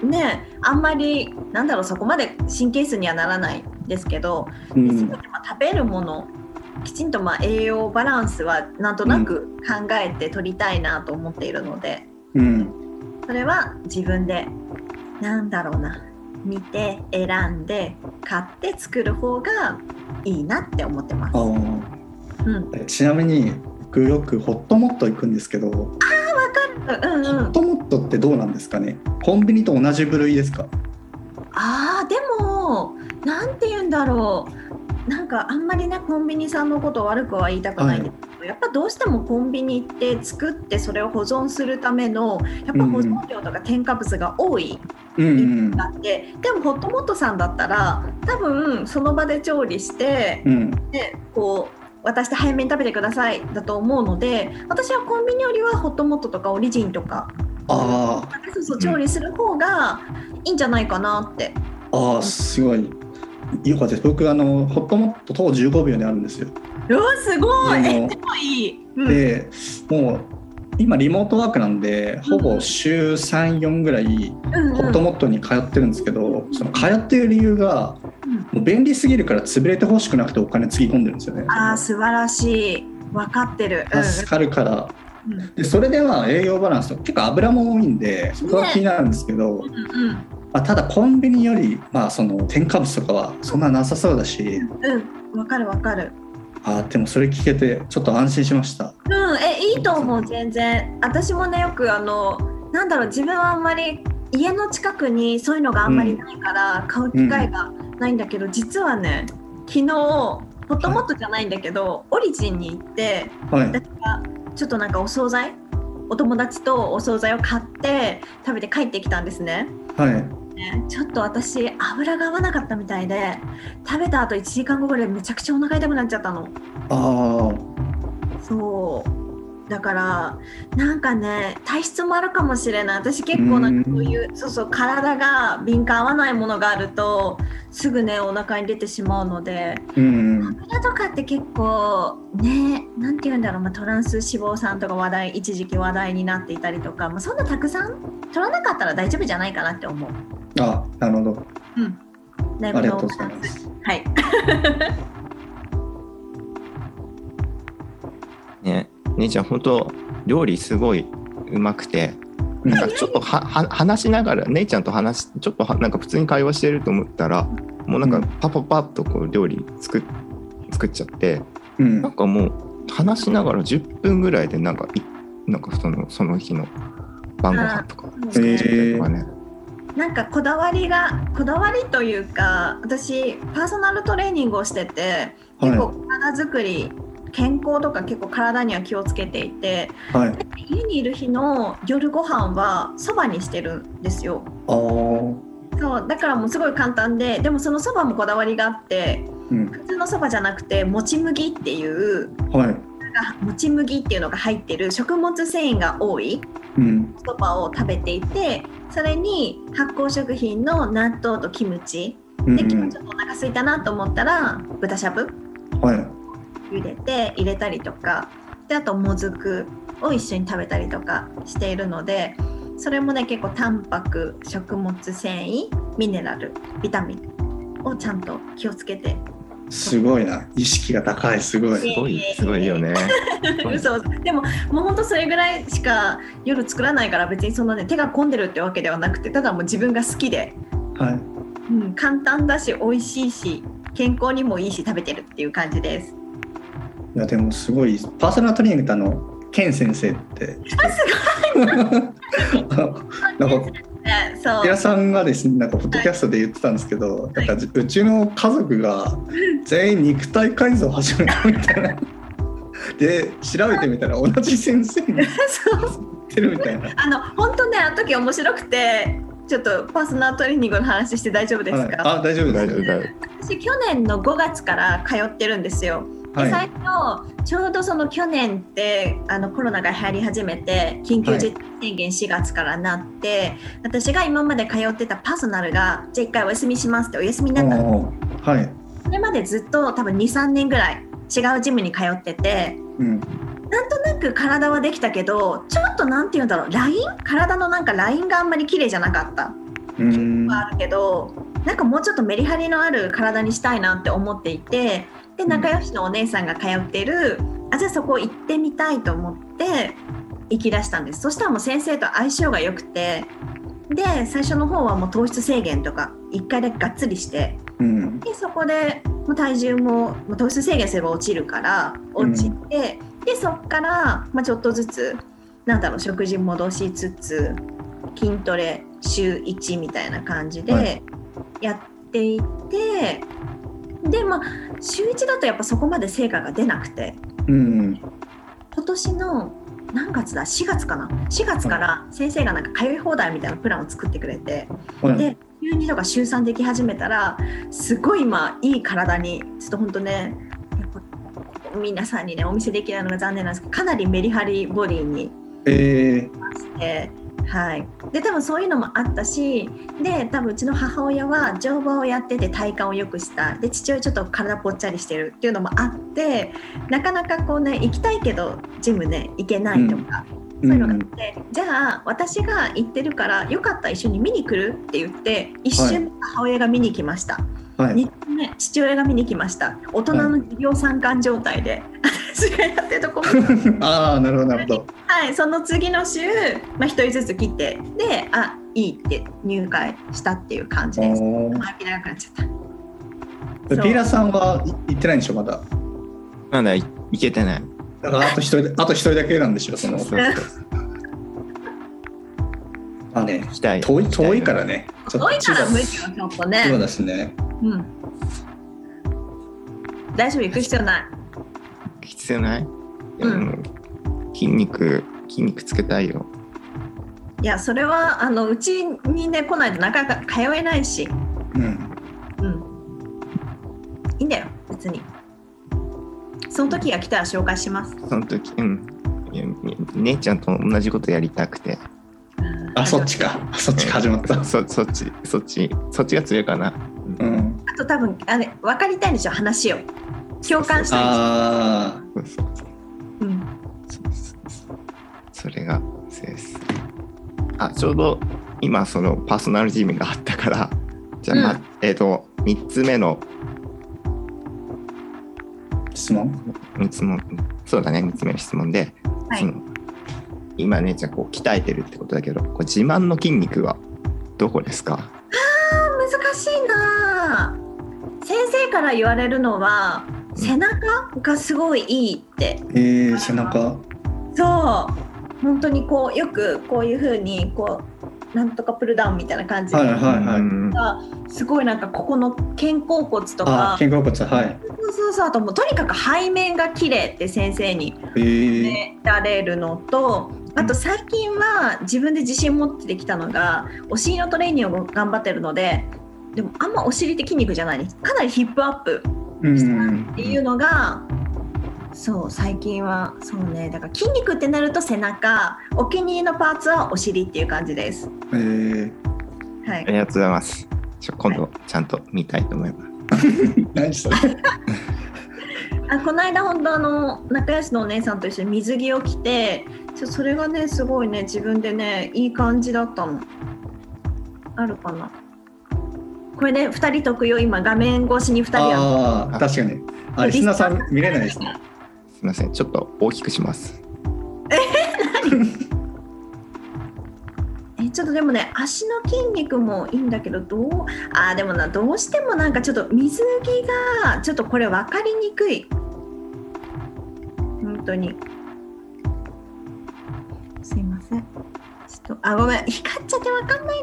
でねあんまりなんだろうそこまで神経質にはならないんですけど、うんまあ食べるものきちんとまあ栄養バランスはなんとなく考えて取りたいなと思っているので、うんそれは自分でなんだろうな見て選んで買って作る方がいいなって思ってます。あうん、ーえちなみに僕よくホットモット行くんですけど、ホうんうんットモットってどうなんですかねコンビニと同じ部類ですかあーでもなんて言うんだろうなんかあんまりねコンビニさんのことを悪くは言いたくないんですけど、やっぱどうしてもコンビニ行って作ってそれを保存するためのやっぱ保存量とか添加物が多いうんうんだって、でもホットモットさんだったら多分その場で調理して、うんでこう。渡して早めに食べてくださいだと思うので私はコンビニよりはホットモットとかオリジンとかあそうそう調理する方がいいんじゃないかなっーてあーすごいよかったです僕あのホットモットと15秒であるんですようわすごいでえもでもいい、うん、でもう今リモートワークなんでほぼ週34ぐらいうんうんホットモットに通ってるんですけどその通ってる理由がうんもう便利すぎるから潰れてほしくなくてお金つぎ込んでるんですよねあー素晴らしい分かってる、助かるからうんうんでそれでは栄養バランスと結構油も多いんでそこは気になるんですけど、うんまあ、ただコンビニより、まあ、その添加物とかはそんななさそうだしうん分かる分かるあーでもそれ聞けてちょっと安心しましたうんえいいと思う全然私もねよくあのなんだろう自分はあんまり家の近くにそういうのがあんまりないから、買う機会がないんだけど、実はね昨日ホットモットじゃないんだけど、オリジンに行ってはい私がちょっとなんかお惣菜お友達とお惣菜を買って食べて帰ってきたんですね。はいねちょっと私油が合わなかったみたいで食べた後1時間後ぐらいめちゃくちゃお腹痛くなっちゃったのああそうだからなんかね体質もあるかもしれない私結構なんかそういうそうそう体が敏感合わないものがあるとすぐねお腹に出てしまうのでうん油とかって結構ねなんて言うんだろう、まあ、トランス脂肪酸とか話題一時期話題になっていたりとか、まあ、そんなたくさん取らなかったら大丈夫じゃないかなって思う。あなるほどだいぶありがのとうございますはいね、姉ちゃん本当料理すごいうまくてなんかちょっとはは話しながら姉ちゃんと話しちょっとはなんか普通に会話してると思ったらもうなんうかんパパパッとこう料理作っ作っちゃってうんなんかもう話しながら10分ぐらいでなんかいなんかそのその日の晩ご飯とかうん作っちゃったりとかね。なんかこだわりがこだわりというか私パーソナルトレーニングをしてて結構は体作り、健康とか結構体には気をつけていていはい家にいる日の夜ご飯はそばにしてるんですよああーそうだからもうすごい簡単ででもそのそばもこだわりがあってうん普通のそばじゃなくてもち麦っていうはいなんかもち麦っていうのが入ってる食物繊維が多いうんそばを食べていてそれに発酵食品の納豆とキムチうんでうちょんっとお腹空いたなと思ったら豚しゃぶはい茹でて入れたりとかであともずくを一緒に食べたりとかしているのでそれもね結構タンパク食物繊維ミネラルビタミンをちゃんと気をつけてすごいな意識が高いすごすいごいすごいよね。 嘘でももうほんとそれぐらいしか夜作らないから別にそのね手が込んでるってわけではなくてただもう自分が好きで、はいうん、簡単だし美味しいし健康にもいいし食べてるっていう感じです。いやでもすごいパーソナルトレーニングってあのケン先生ってすごい なんかねそう平さんがですねなんかポッドキャストで言ってたんですけど、なんかうちの家族が全員肉体改造を始 めたみたいなで調べてみたら同じ先生にそうってるみたいな。あの本当ねあの時面白くてちょっとパーソナルトレーニングの話して大丈夫ですはいか、あ、大丈夫で大す丈 よ夫。大丈私去年の5月から通ってるんですよ。ではい。最初ちょうどその去年ってあのコロナが流行り始めて緊急事態宣言4月からなって、私が今まで通ってたパーソナルがじゃあ一回お休みしますってお休みになったのおうおうはい。それまでずっと多分23年ぐらい違うジムに通っててうん。なんとなく体はできたけどちょっとなんて言うんだろうライン体のなんかラインがあんまり綺麗じゃなかったうーん。はあるけどなんかもうちょっとメリハリのある体にしたいなって思っていてで仲良しのお姉さんが通ってるあじゃあそこ行ってみたいと思って行き出したんですそしたらもう先生と相性が良くてで最初の方はもう糖質制限とか1回だけがっつりしてうん。でそこでもう体重ももう糖質制限すれば落ちるから落ちて、でそっから、まあ、ちょっとずつなんだろう食事戻しつつ筋トレ週1みたいな感じはでやっていて、でまあ週1だとやっぱそこまで成果が出なくてうん。今年の何月だ4月かな4月から先生がなんか通い放題みたいなプランを作ってくれて。はいで週2とか週3でき始めたらすごい今いい体にちょっと本当ねやっぱ皆さんにねお見せできないのが残念なんですけどかなりメリハリボディにえーして。はい、で多分そういうのもあったしで多分うちの母親は乗馬をやってて体幹を良くしたで父親ちょっと体ぽっちゃりしてるっていうのもあってなかなかこうね行きたいけどジムね行けないとか、うそういうのがあっん。て、じゃあ私が行ってるからよかったら一緒に見に来るって言って一瞬母親が見に来ました、はい。二瞬目父親が見に来ました大人の授業参観状態で、私がやってるとこああ、なるほど、なるほど。はいその次の週、まあ、1人ずつ来てであいいって入会したっていう感じです。おお。あ長くなっちゃったピーラさんはい行ってないんでしょまだ。夫なんだいいけてないだからあと一人であと一人だけなんでしょその。そうそうそうあね。行きたい遠い遠いからね。ちょっ遠といから無理よ千ちょっと葉千葉ね、ですね。うん、大丈夫行く必要ない必要ない、うん筋肉筋肉つけたいよいやそれはあのうちにね来ないとなかなか通えないしうん。うん。いいんだよ、別に。その時が来たら紹介します。その時うんいや姉ちゃんと同じことやりたくてあそっちか。そっちか始まった。そそっちそっちそっちが強いかな、う、ん。あと多分、あれ、分かりたいんでしょ、話を。共感したいし。ああ。そうそうそううん。そうそうそうそれがそうですあちょうど今そのパーソナルジムがあったからじゃあ、まうえっ、と3つ目の質問。三つもそうだね3つ目の質問で、はいその今姉ちゃんこう鍛えてるってことだけどこう自慢の筋肉はどこですか難しいなぁ先生から言われるのは、背中がすごいいいって。ええ背中。そう。本当にこう、よくこういう風に、こう、なんとかプルダウンみたいな感じで。はいはいはい。いすごいなんかここの肩甲骨とあか肩甲骨はい。そうそうそうあともうとにかく背面が綺麗って先生にええられるのとあと最近は自分で自信持ってきたのがお尻のトレーニングを頑張ってるのででもあんまお尻って筋肉じゃないですかなりヒップアップうんっ。ていうのが、そう最近はそうねだから筋肉ってなると背中お気に入りのパーツはお尻っていう感じです。ええはいありがとうございますちょ今度ちゃんと見たいと思います何それ。あこの間本当あの仲良しのお姉さんと一緒に水着を着てちょそれがねすごいね自分でねいい感じだったのあるかなこれね2人特有今画面越しに2人やるああ確かに。あリスナーさん見れないですね。すみませんちょっと大きくしますえちょっとでもね足の筋肉もいいんだけどどうあーでもなどうしてもなんかちょっと水着がちょっとこれ分かりにくい本当にすいませんちょっとあごめん光っちゃって分かんない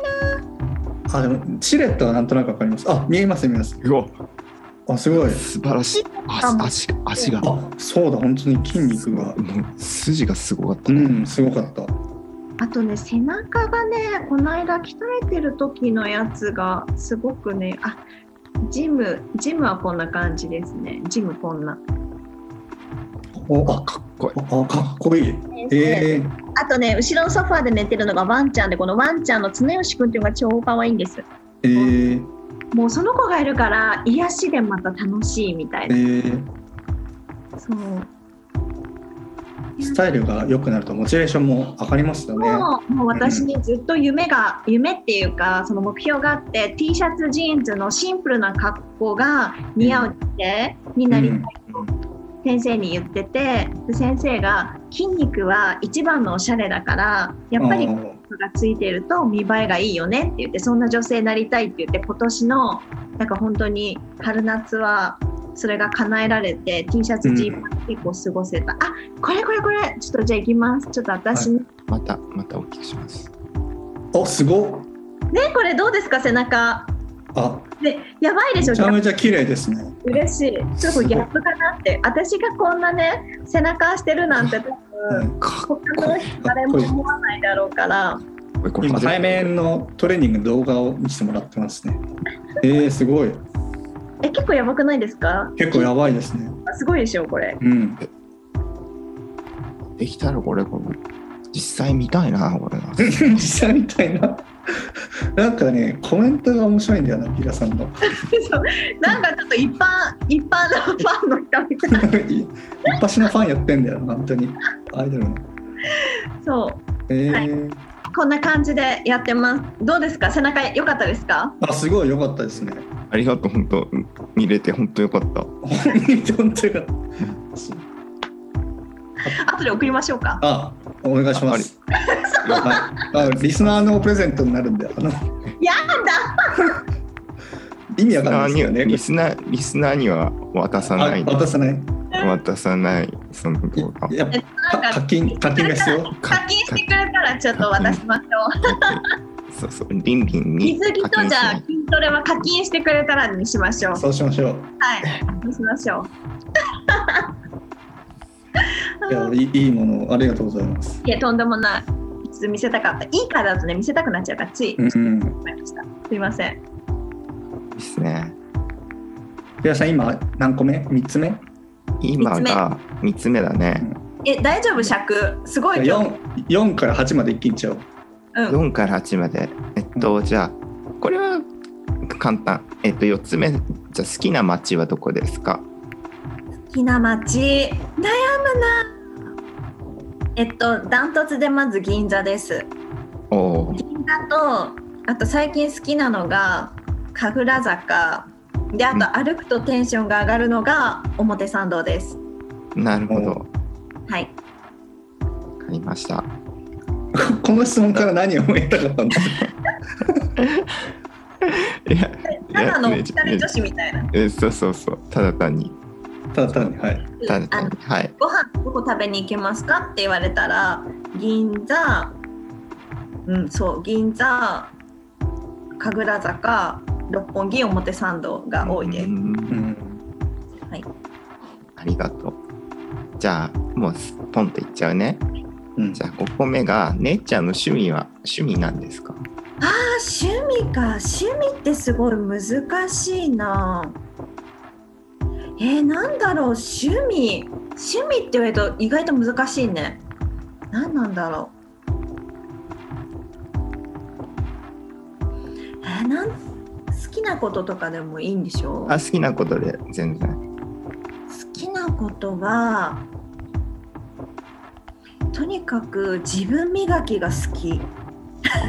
あでもシルエットはなんとなくわかります。あ見えます見えます。うわあすごい。素晴らしいあもう足足足があそうだ本当に筋肉が。もう筋がすごかったうね、んすごかった。あとね背中がねこの間鍛えてる時のやつがすごくねあジムジムはこんな感じですねジムこんな、おああかっこいいあかっこいい。ええー、あとね後ろのソファーで寝てるのがワンちゃんでこのワンちゃんの常吉くんっていうのが超可愛いんですえー、もうその子がいるから癒しでまた楽しいみたいえなー、そうスタイルが良くなるとモチベーションも上がりますよね。もうもう私にずっと夢が、夢っていうかその目標があって T シャツジーンズのシンプルな格好が似合うって、になりたいと先生に言っててで先生が筋肉は一番のおしゃれだからやっぱりうん筋肉がついてると見栄えがいいよねって言ってそんな女性になりたいって言って今年のなんか本当に春夏はそれが叶えられて T シャツジーンズ結構過ごせた、あこれこれこれちょっとじゃあ行きますちょっと私にまたまた大きくしますおすごっ。ねこれどうですか背中あでやばいでめしょちギゃャッめプちゃ綺麗ですね。嬉しいちょっとこれギャップかなって私がこんなね背中してるなんて多はい分かっこ他の人誰も思わないだろうからいいこれ今初め背て面のトレーニングの動画を見せてもらってますね。えー、すごい。え結構やばくないですか結構やばいですね。すごいでしょこれうん。できたらこれこれ実際見たいなこれ な実際みたいな。なんかね、コメントが面白いんだよな、ピラさんの。そうなんかちょっと一般一般のファンの人みたいな 一発のファンやってんだよな、本当に。アイドルの。そうえーこんな感じでやってますどうですか背中良かったですかあ、すごい良かったですね。ありがとう本当見れて本当よかった本当によかった。後で送りましょうかあ、お願いします。はいあ、リスナーのプレゼントになるんで、あの。や意味わかんないですよね。リスナーリスナーには渡さないあ渡さない。渡さないその 動画いや、かなんか課金、課金が必要。課金してくれたらちょっと渡しましょうそうそうリンリンに水着と課じゃあ金しない筋トレは課金してくれたらにしましょう。そうしましょう。はい、そうしましょう。いや、いいいいものを、ありがとうございます。いや、とんでもない。ちょっと見せたかった。いいからだとね、見せたくなっちゃうから、つい。うん、うん。思いましたすいません。ですねピラさん、今、何個目、三つ目。今が3つ目だねえ、大丈夫尺。すごい今日。四、四から八まで一気にいっちゃおう。うん。 4から8までえっとじゃあこれは簡単えっと4つ目じゃあ好きな街はどこですかひな町。悩むな。えっと、ダントツでまず銀座です。おおー銀座と、あと最近好きなのが、神楽坂。で、あと歩くとテンションが上がるのが表参道です。なるほどおわはい。かりましたこの質問から何を得たかったんですか。いやただのいや二人女子みたいな。えそうそうそうただ単にただ単に、はい。ただあ単のにはいご飯どこ食べに行けますかって言われたら銀座、うん、そう銀座神楽坂六本木表参道が多いでうす。うんん。ありがとうじゃあもうすポンといっちゃうねうんじゃあ5個目が姉ちゃんの趣味は趣味なんですかあ趣味か趣味ってすごい難しいな。えー、なんだろう趣味趣味って言われると意外と難しいね。何なんだろう。えー、なん好きなこととかでもいいんでしょあ好きなことで全然好きなことはとにかく自分磨きが好き。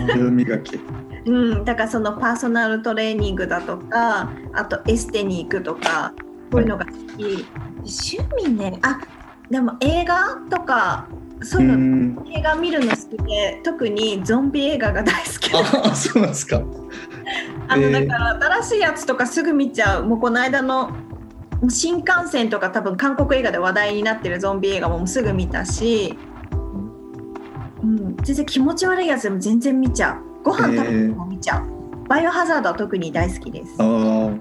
自分磨き。うん、だからそのパーソナルトレーニングだとかあとエステに行くとかこういうのが好き、趣味ねあでも映画とかそうういうの、ん。映画見るの好きで特にゾンビ映画が大好きあ、そうなんですか。あのえーだから新しいやつとかすぐ見ちゃうもうこの間の新幹線とか多分韓国映画で話題になってるゾンビ映画ももうすぐ見たし、うん、全然気持ち悪いやつでも全然見ちゃうご飯食べても見ちゃう、バイオハザードは特に大好きですああ。うん、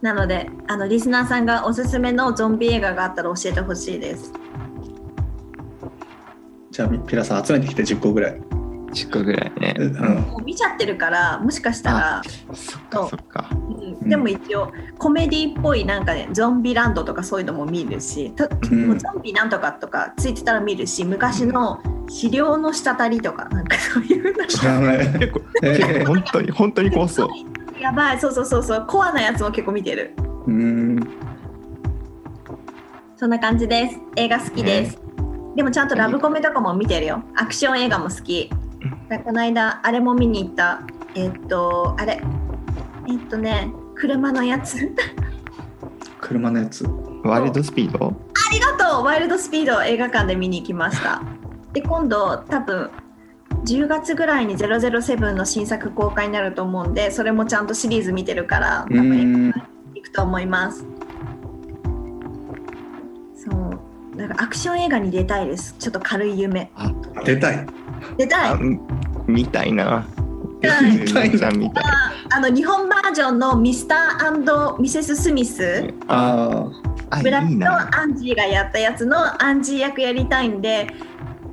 なのであのリスナーさんがおすすめのゾンビ映画があったら教えてほしいです。じゃあピラさん集めてきて10個ぐらい、 10個ぐらいね。うんうんもう見ちゃってるからもしかしたら、そっかそっか。うん、でも一応コメディっぽいなんかねゾンビランドとかそういうのも見るしたうんもうゾンビなんとかとかついてたら見るし昔の資料の滴りとかなんかそういうなんか知らない結構、え結構ー本当に、本当に怖そう。 やばいそうそうそうそうコアなやつも結構見てる うんそんな感じです映画好きです、でもちゃんとラブコメとかも見てるよアクション映画も好きうんだこの間あれも見に行ったえっとあれえっとね車のやつ車のやつワイルドスピードあとワイルドスピードを映画館で見に行きましたで今度多分10月ぐらいに007の新作公開になると思うんでそれもちゃんとシリーズ見てるから多分うんいくと思います。そう、なんかアクション映画に出たいです。ちょっと軽い夢。出たい出たい。ああんみたいな。はいみたいな、みたいな。あの日本バージョンのミスターミセス・スミス、あ、ああブラいいッドな。とアンジーがやったやつのアンジー役やりたいんで、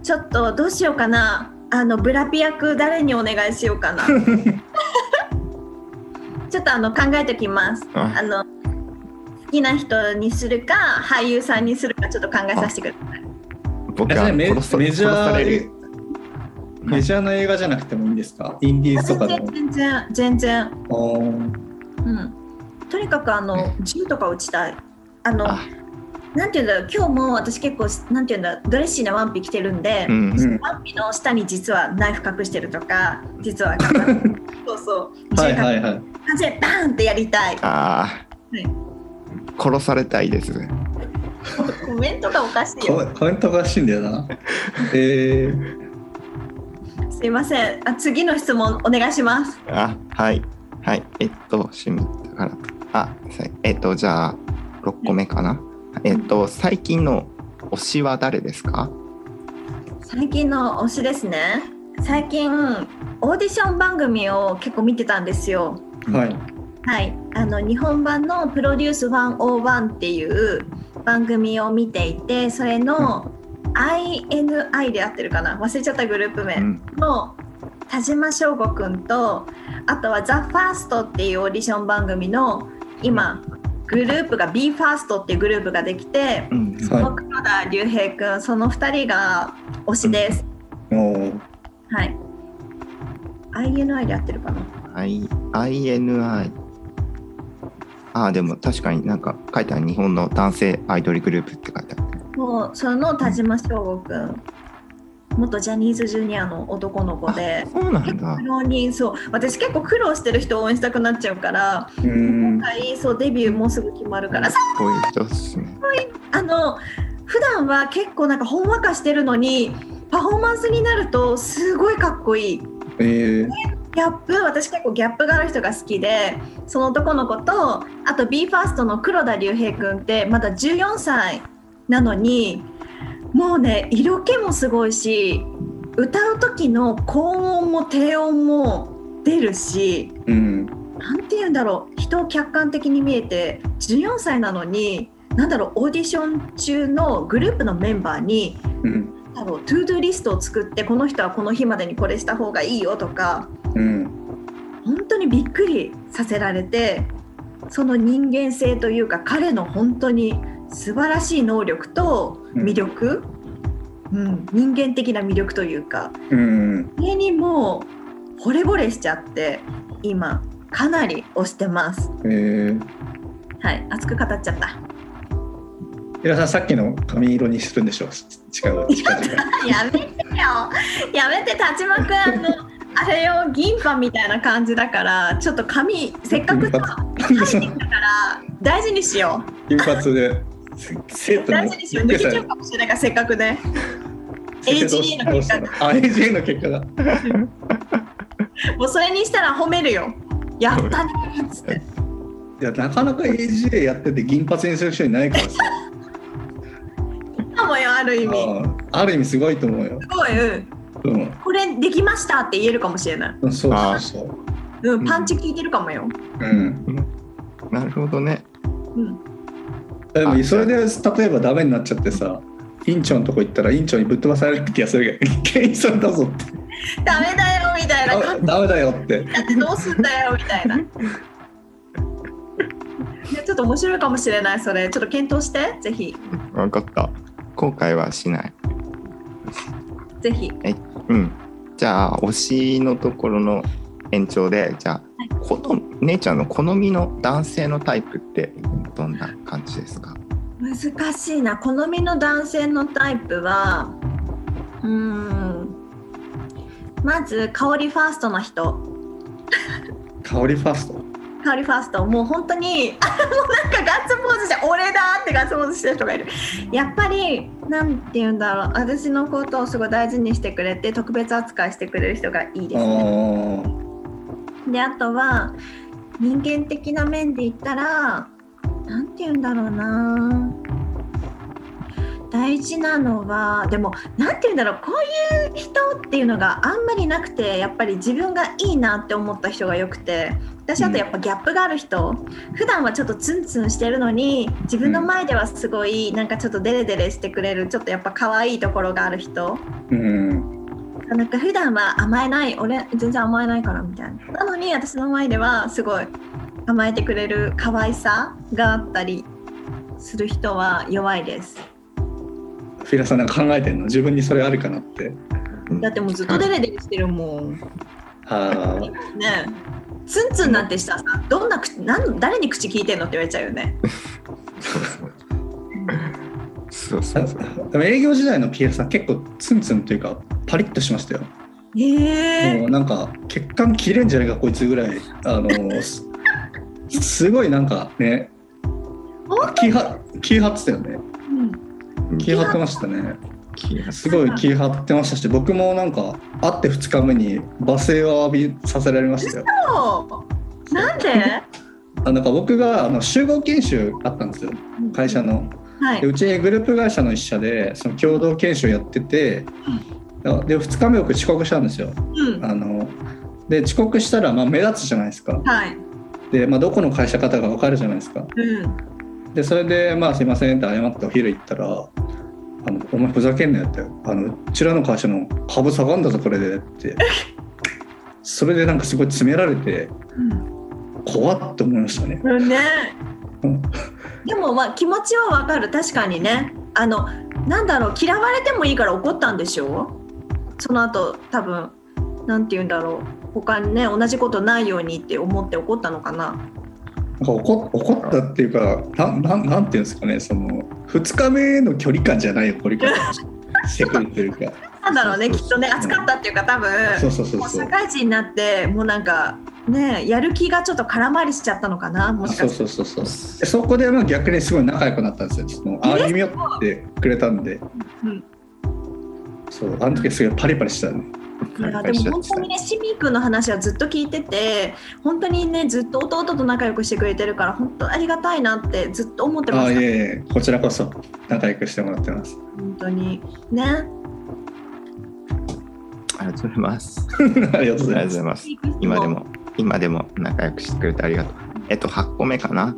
ちょっとどうしようかな。あのブラピ役誰にお願いしようか な。ちょっとあの考えておきます。ああの好きな人にするか俳優さんにするかちょっと考えさせてください。僕あじゃはあメ殺さメ殺ジャされーる。メジャーの映画じゃなくてもいいんですかインディーズとかでも全然全然全然、おーうん、とにかくあの銃とか撃ちたいあのあなんていうんだろう今日も私結構なんていうんだろうドレッシーなワンピ着てるんで、うんう。んワンピの下に実はナイフ隠してるとか実は そうそう銃はい隠はいはい完全にバーンってやりたいあはいあ。殺されたいです。コメントがおかしいコよメコメントがおかしいんだよ なえー、すいませんあ次の質問お願いしますあ、はい。はい。えっと、趣味だから。あ、さいえっと、じゃあ、6個目かな。えっと、最近の推しは誰ですか最近の推しですね最近オーディション番組を結構見てたんですよはいはい、あの日本版の「プロデュース101」っていう番組を見ていてそれの INI で合ってるかな忘れちゃったグループう名ん。の田島翔吾くんとあとは「THEFIRST」っていうオーディション番組の今グループが BE:FIRST っていうグループができてうん。そはいの黒田龍平くんその2人が推しです。おーはい、INI で合ってるかな I- INI。ああ、でも確かになんか書いてある日本の男性アイドルグループって書いてある。もうその田島翔吾くん元ジャニーズジュニアの男の子でそうなん結構だ苦。労人そう私結構苦労してる人を応援したくなっちゃうからうーん今回そうデビューもうすぐ決まるからさこういう人ですね。あの普段は結構なんかほんわかしてるのにパフォーマンスになるとすごいかっこいいえー、ギャップ私結構ギャップがある人が好きでその男の子とあと BE:FIRST の黒田龍平くんってまだ14歳なのにもうね色気もすごいし歌う時の高音も低音も出るしうんなんて言うんだろう人を客観的に見えて14歳なのになんだろうオーディション中のグループのメンバーにうんなんだろうトゥードゥリストを作ってこの人はこの日までにこれした方がいいよとかうん本当にびっくりさせられてその人間性というか彼の本当に素晴らしい能力と魅力、うん人間的な魅力というかうんそれにもう惚れ惚れしちゃって今かなり推してますえー、はい熱く語っちゃった皆さんさっきの髪色にするんでしょう近々近々 やめてよやめて田島君あのあれよ銀歯みたいな感じだからちょっと髪せっかくさ金生えてきたから大事にしよう髪 で生徒大の事にしよう抜けちゃうかもしれないからせっかくね AGA の結果あ AGA の結果だもうそれにしたら褒めるよやったねーっつっていやなかなか AGA やってて銀髪にする人いないからさかもよある意味あーある意味すごいと思うよすごい、うん、うんこれできましたって言えるかもしれない、そうそあうーそうううんん、パンチ効いてるかもよ、うんなるほどね。うん、でもそれで例えばダメになっちゃってさ院長のとこ行ったら院長にぶっ飛ばされる気がす るけど一見それだぞってダメだよみたいなあ感ダメだよってじでどうすんだよみたいな。ねちょっと面白いかもしれないそれちょっと検討してぜひ分かった後悔はしないぜひうんじゃあ推しのところの延長でじゃあ、好み姉ちゃんの好みの男性のタイプってどんな感じですか難しいな好みの男性のタイプはうーんまず香りファーストの人香りファースト香りファーストもう本当に あもうなんかガッツポーズして俺だってガッツポーズしてる人がいるやっぱりなんて言うんだろう私のことをすごい大事にしてくれて特別扱いしてくれる人がいいですねあであとは人間的な面で言ったらなんて言うんだろうな大事なのはでもなんて言うんだろうこういう人っていうのがあんまりなくてやっぱり自分がいいなって思った人がよくて私あとやっぱギャップがある人、普段はちょっとツンツンしてるのに自分の前ではすごいなんかちょっとデレデレしてくれるちょっとやっぱ可愛いところがある人。ーうんなんか普段は甘えない俺全然甘えないからみたいななのに私の前ではすごい甘えてくれる可愛さがあったりする人は弱いですフィラさんなんか考えてんの自分にそれあるかなってだってもうずっとデレデレしてるもんねあーえツンツンなんてしたらさどんな口なん誰に口聞いてんのって言われちゃうよねそうそあうそうでも営業時代のピエさん結構ツンツンというかパリッとしましたよえもうなんか血管切れんじゃないかこいつぐらいあのすすごいなんかね本気は気張ってたよね気張ってましたねすごい気張ってましたし僕もなんか会って2日目に罵声を浴びさせられましたよ当なんであなんか僕があの集合研修あったんですよ会社のはいでうちグループ会社の一社でその共同研修やっててで2日目僕遅刻したんですようんあので遅刻したらまあ目立つじゃないですかはいで、まあ、どこの会社かかが分かるじゃないですかうんでそれで「まあすいません」って謝ってお昼行ったら「あのお前ふざけんなよ」って「あのうちらの会社の株下がんだぞこれで」ってそれでなんかすごい詰められてうん怖って思いましたねうんねうんでもまあ気持ちはわかる確かにねあのなんだろう嫌われてもいいから怒ったんでしょその後多分なんて言うんだろう他にね同じことないようにって思って怒ったのかななんか怒怒ったっていうかなんなんなんていうんですかねその2日目の距離感じゃない怒り方してくれてるかなんだろうねそうきそうっそとうね熱かったっていうか多分そうそうそもううそ社う会人になってもうなんかねやる気がちょっと空回りしちゃったのかなもあしそかうしてそうそうそうでそこでまあ逆にすごい仲良くなったんですよそのえ歩み寄ってくれたんで、うんそうあの時すごいパリパリしてたねいやでも本当にねシミー君の話はずっと聞いてて本当にねずっと弟と仲良くしてくれてるから本当ありがたいなってずっと思ってまあしいたえいえこちらこそ仲良くしてもらってます 本当にねありがとうございますありがとうごありがとうございますざいます今でも今でも仲良くしてくれてありがとうえっと8個目かなは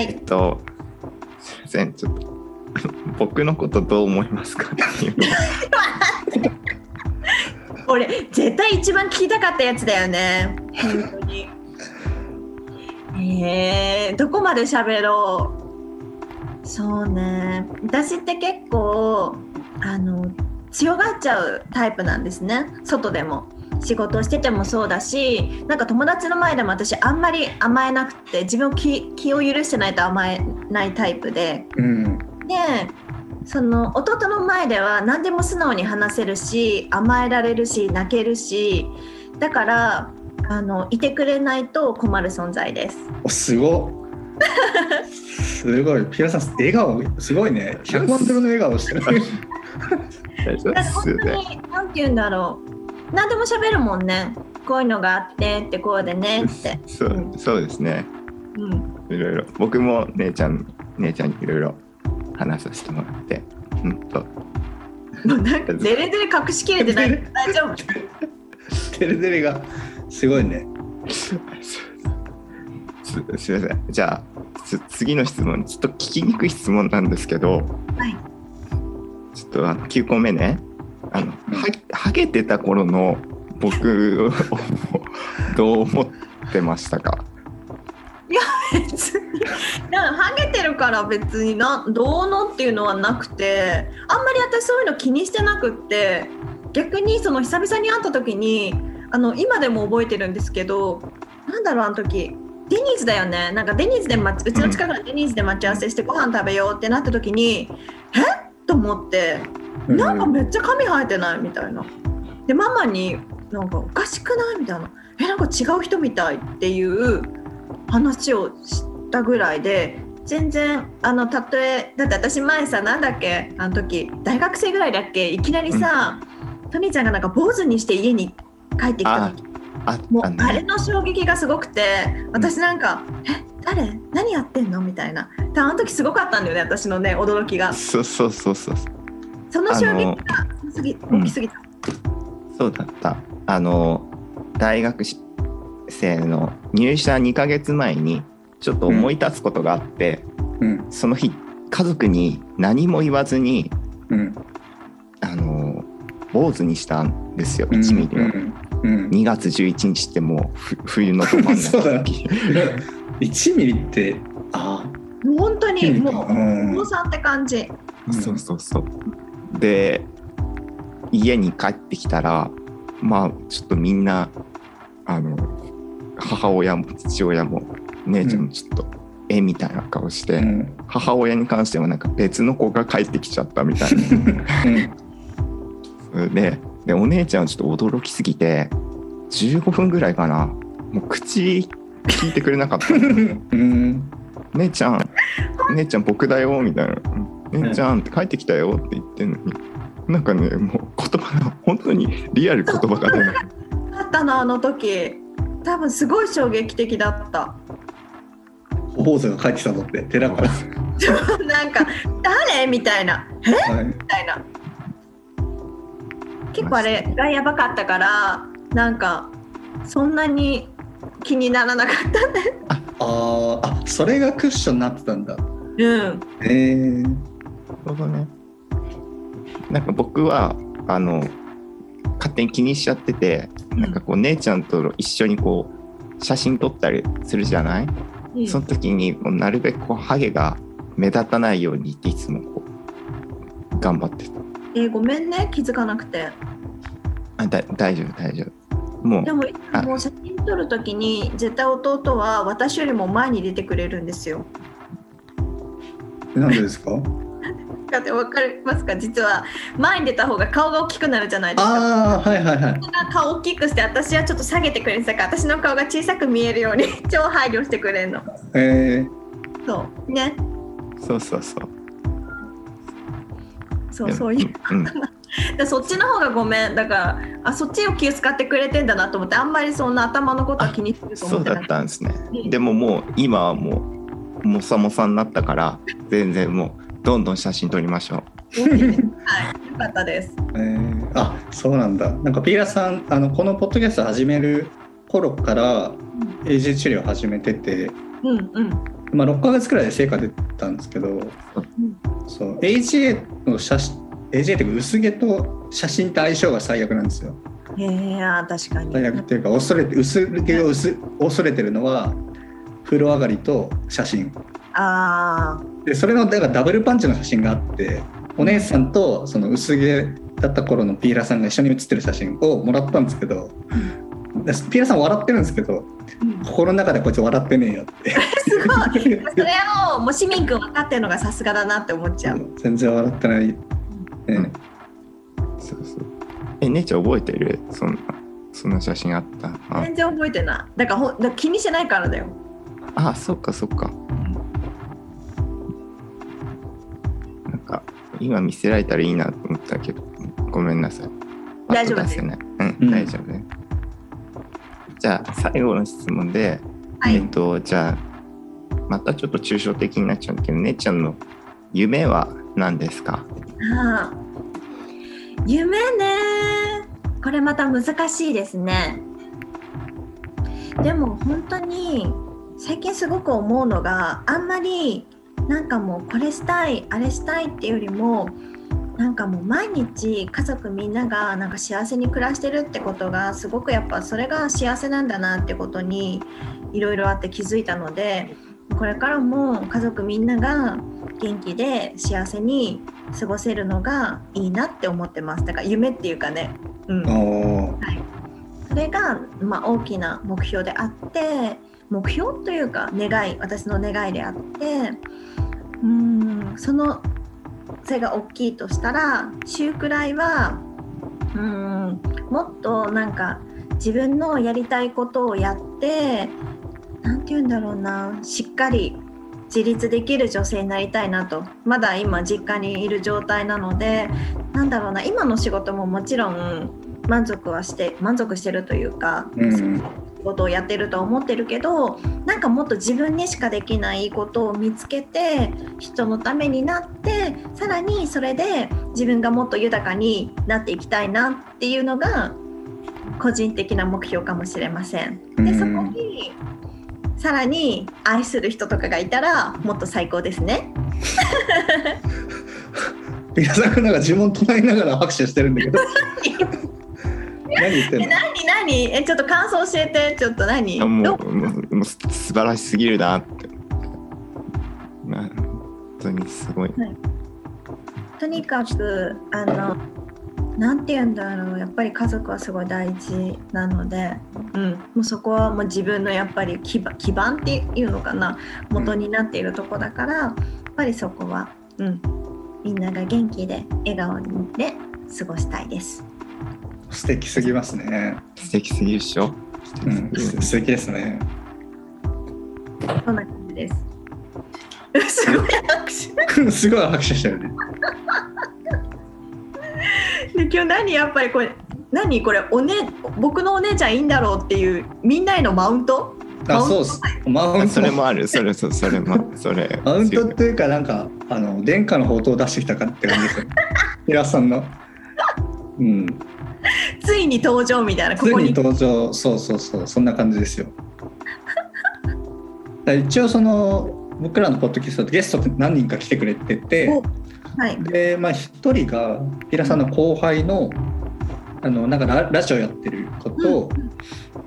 えいっとすいませんちょっと僕のことどう思いますかっていう俺絶対一番聞きたかったやつだよね本当にえー、どこまで喋ろうそうね私って結構あの強がっちゃうタイプなんですね外でも仕事をしててもそうだしなんか友達の前でも私あんまり甘えなくて自分を気気を許してないと甘えないタイプでうんでその弟の前では何でも素直に話せるし甘えられるし泣けるしだからあのいてくれないと困る存在です。おすご っすごいピアさん笑顔すごいね100万ドルの笑顔してる大丈夫でだからす本当に何て言うんだろう何でも喋るもんねこういうのがあってってこうでねって。そうそうですねうん、いろいろ僕も姉ちゃん姉ちゃんにいろいろ話させてもらってうんともうなんかデレデレ隠しきれてない 大丈夫テレテレがすごいねすすいませんじゃあつ次の質問ちょっと聞きにくい質問なんですけど、はいちょっとあの9個目ねあのははげてた頃の僕を どう思ってましたか別になんかハゲてるから別になどうのっていうのはなくてあんまり私そういうの気にしてなくって逆にその久々に会った時にあの今でも覚えてるんですけどなんだろうあの時デニーズだよねなんかデニーズで待ちうちの近くのデニーズで待ち合わせしてご飯食べようってなった時にえっと思ってなんかめっちゃ髪生えてないみたいな。でママになんかおかしくないみたいなえなんか違う人みたいっていう話をしたぐらいで全然あのたとえだって私前さなんだっけあの時大学生ぐらいだっけいきなりさ、トニーちゃんがなんか坊主にして家に帰ってきたあ時あもうあのあれの衝撃がすごくて私なんか「え誰何やってんの?」みたいな多分あの時すごかったんだよね私のね驚きがそうそうそうそうその衝あ撃がの大きすぎん大きすぎた、そうだったあの大学生の入社2ヶ月前にちょっと思い立つことがあって、うんその日家族に何も言わずにうんあの坊主にしたんですようん1ミリを。うん2月11日ってもうふ冬のど真ん そうだ中よ1ミリってあもう本当あにもううんお坊さんって感じそうそうそう。で家に帰ってきたらまあちょっとみんなあの母親も父親も姉ちゃんもちょっと、えみたいな顔して、うん母親に関してはなんか別の子が帰ってきちゃったみたいなででお姉ちゃんはちょっと驚きすぎて15分ぐらいかなもう口聞いてくれなかったうんうん姉ちゃ ん、姉ちゃん僕だよ、みたいな。姉ちゃんって帰ってきたよって言ってんのに。なんかね、もう言葉が、本当にリアル言葉が出ない。だったなあの時多分すごい衝撃的だった お坊主が帰ってきたぞって寺からなんか誰みたいなえみはいたいな結構あれがやばかったからなんかそんなに気にならなかったねあーあそれがクッションになってたんだうんえー、なるほどね。なんか僕は、あの、勝手に気にしちゃってて、なんかこう、姉ちゃんと一緒にこう、写真撮ったりするじゃないその時に、こうなるべくこう、ハゲが目立たないようにっていつもこう、頑張ってた。えーごめんね気づかなくてあだ大丈夫、大丈夫。もうで、もいつも写真撮る時に絶対弟は私よりも前に出てくれるんですよなんでですかだってわかりますか実は前に出た方が顔が大きくなるじゃないですかああはいはいはいが顔大きくして私はちょっと下げてくれるんですから私の顔が小さく見えるよう に超配慮してくれるのえー、そうねそうそうそう。そうそういううん。でそっちの方がごめんだからあそっちを気を使ってくれてんだなと思ってあんまりそんな頭のことは気にするとそ思っうてだなっいたんですね。でももう今はもうもさもさになったから全然もうどんどん写真撮りましょはいよかったですえー、あそうなんだなんかピーラさんあのこのポッドキャスト始める頃から永住治療始めてて、うんうんまあ、6ヶ月くらいで成果出たんですけどそう AGA の写真 AGA っていうか薄毛と写真って相性が最悪なんですよへえあ確かに最悪っていうか恐れて薄毛を薄恐れてるのは風呂上がりと写真あでそれのだからダブルパンチの写真があってお姉さんとその薄毛だった頃のピーラさんが一緒に写ってる写真をもらったんですけど、でピーラさん笑ってるんですけどー、うん、 す心の中でこいつ笑ってねえよってごいそれをもう市民君分かってるのがさすがだなって思っちゃう 全然笑ってない、ねうんう。そうそう。え姉ちゃん覚えてるそんなそんな写真あった。あ全然覚えてないだからほんだから気にしてないからだよあそっかそっか。なんか今見せられたらいいなと思ったけどごめんなさい。パッと出せない。ううんん大丈夫ね。じゃあ最後の質問で。はい、えっと、じゃあ、またちょっと抽象的になっちゃうけど、姉ちゃんの夢は何ですかああ夢ねこれまた難しいですねでも本当に最近すごく思うのがあんまりなんかもうこれしたいあれしたいっていうよりもなんかもう毎日家族みんながなんか幸せに暮らしてるってことがすごくやっぱそれが幸せなんだなってことにいろいろあって気づいたのでこれからも家族みんなが元気で幸せに過ごせるのがいいなって思ってますだから夢っていうかね、うん、おーそれが、まあ、大きな目標であって目標というか願い私の願いであってうーんそのそれが大きいとしたら週くらいはうーんもっとなんか自分のやりたいことをやって何て言うんだろうなしっかり自立できる女性になりたいなとまだ今実家にいる状態なのでなんだろうな今の仕事ももちろん満足はして満足してるというか、うんうん仕事をやってるとは思ってるけどなんかもっと自分にしかできないことを見つけて人のためになってさらにそれで自分がもっと豊かになっていきたいなっていうのが個人的な目標かもしれません。うでんそこにさらに愛する人とかがいたらもっと最高ですね。皆さんなんか自分を唱えながら拍手してるんだけ ど何言ってんの何何えちょっと感想教えてちょっと何いやもどうもうもうす素晴らしすぎるなって、まあ、本当にすごいとにかくあのなんて言うんだろうやっぱり家族はすごい大事なので、うん、もうそこはもう自分のやっぱり基盤基盤っていうのかな元になっているとこだから、やっぱりそこは、うん、みんなが元気で笑顔で過ごしたいです。素敵すぎますね、素敵すぎるっしょ素う敵すん、ぎる素敵ですねこんな感じです。すごい拍手すごい拍手してるね で今日何やっぱりこれ何これお、ね、僕のお姉ちゃんいいんだろうっていうみんなへのマウントあそうっすマウンあトそれもあるそれそそれもそれマウントっていうかなんかあの殿下の宝刀を出してきたかって感じ ですよ平さんのうんついに登場みたいなこついこにに登場そうそうそうそんな感じ ですよだから一応その僕らのポッドキャストでゲスト何人か来てくれてておはい。でまあ一人が平さんの後輩のあのなんかララジオやってる子と、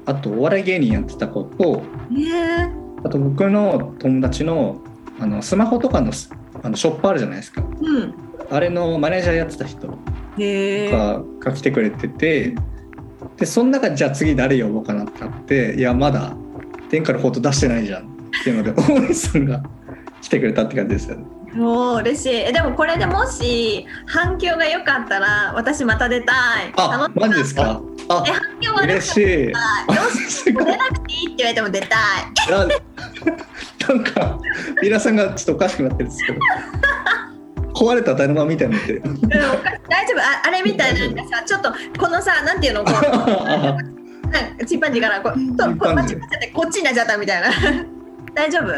あとお笑い芸人やってた子とねあと僕の友達のあのスマホとかのスあのショップあるじゃないですかえ。うん。あれのマネージャーやってた人へえ。がが来てくれててでその中でじゃあ次誰呼ぼうかなってなっていやまだ天下のート出してないじゃんっていうので 大西さんが来てくれたって感じですよね。もう嬉しい。えでもこれでもし反響が良かったら私また出たい。あマ楽しかったジですかあえ反響悪嬉くしい。 すご出いなくていいって言われても出たい。ななんか皆さんがちょっとおかしくなってるんですけど壊れただるまみたいになってる。 うん、おかしい大丈夫ああれみたいななんかさちょっとこのさなんていうのこう あなんかチンパンジーからこうとこチンうパ間違ンっジちーゃってこっちになっちゃったみたいな。 大丈夫。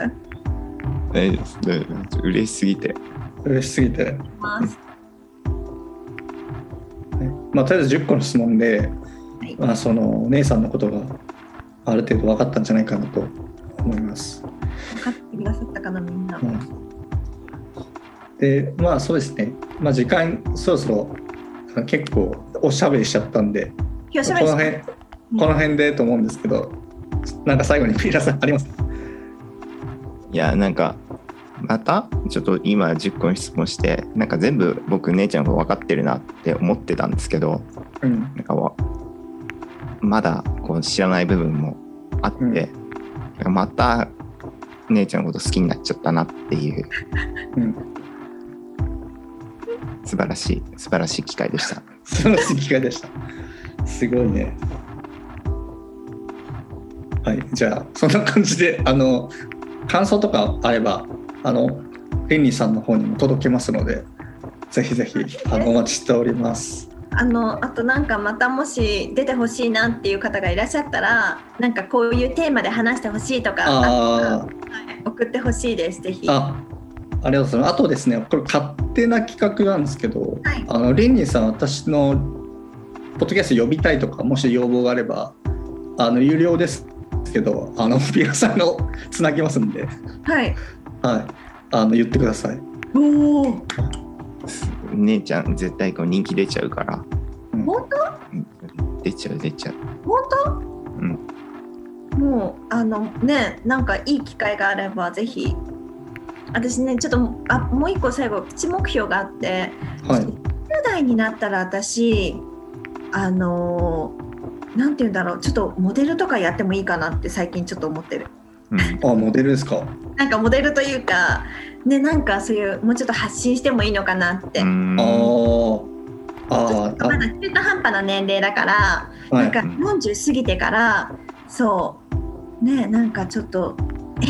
大丈夫です大丈夫です嬉しすぎて嬉しすぎて。ますまあ、とりあえず10個の質問で、はいまあ、そのお姉さんのことがある程度分かったんじゃないかなと思います。分かってくださったかなみんな。うんでまあそうですね、まあ、時間そろそろあの結構おしゃべりしちゃったんでこ今日しゃのべりし辺この辺でと思うんですけどなんか最後に ピーラさんありますかいやなんかまたちょっと今10個の質問してなんか全部僕姉ちゃんが分かってるなって思ってたんですけどうんなんかわまだこう知らない部分もあって、うんなんかまた姉ちゃんのこと好きになっちゃったなっていううん素晴らしい素晴らしい機会でした。素晴らしい機会でしたすごいねはいじゃあそんな感じであの感想とかあればあのリンリンさんの方にも届けますのでぜひぜひあのお待ちしておりますあのあとなんかまたもし出てほしいなっていう方がいらっしゃったらなんかこういうテーマで話してほしいとかああーはい送ってほしいですぜひはあありがとうございますあとですねこれ勝手な企画なんですけど、はいあのリンリンさん私のポッドキャスト呼びたいとかもし要望があればあの有料ですけどあのピアさんをつなぎますんでいはい、あの言ってください。おおす姉ちゃん絶対こう人気出ちゃうから。うん本うん出ちゃう出ちゃう。本当うん。もうあのねなんかいい機会があればぜひ私ねちょっとあもう一個最後プチ目標があってはい10代になったら私あのーなんて言うんだろうちょっとモデルとかやってもいいかなって最近ちょっと思ってるうんあモデルですかなんかモデルというかねなんかそういうもうちょっと発信してもいいのかなって、うんあーあーまだ中途半端な年齢だからあはなんいか40過ぎてからそうねなんかちょっとえ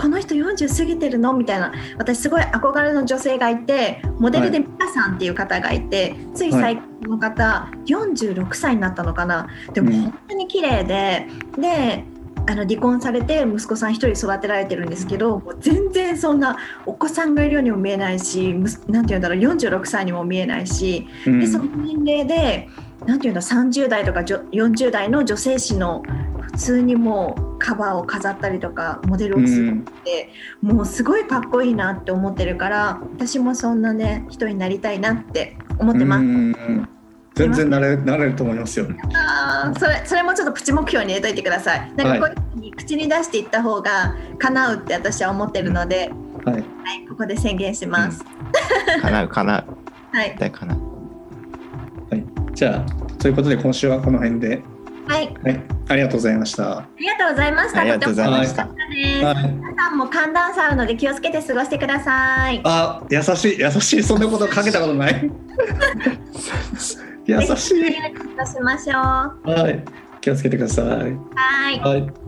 この人40過ぎてるのみたいな私すごい憧れの女性がいてモデルでミカさんっていう方がいて、つい最近の方、46歳になったのかなでもうん本当に綺麗で、であの離婚されて息子さん一人育てられてるんですけどもう全然そんなお子さんがいるようにも見えないしむすなんて言うんだろう46歳にも見えないしうんでその年齢でなんていうんだ30代とかじょ40代の女性誌の普通にもうカバーを飾ったりとかモデルをするって、もうすごいかっこいいなって思ってるから私もそんなね人になりたいなって思ってまうす、ん全然慣れ慣れると思いますよあーそれそれもちょっとプチ目標に入れといてくださいなんかこういうふうに口に出していった方が叶うって私は思ってるので、はいはい、ここで宣言します、叶う叶うはい絶対叶う。じゃあということで今週はこの辺ではいはいありがとうございましたはありがとうございましたありがとうございましたとても楽しかったです、い皆さんも寒暖差あるので気をつけて過ごしてください。あ、優しい、優しい、そんなことかけたこと ない。優しぜい。ひ。過ごしましょう。ははい、気をつけてください。い。はい。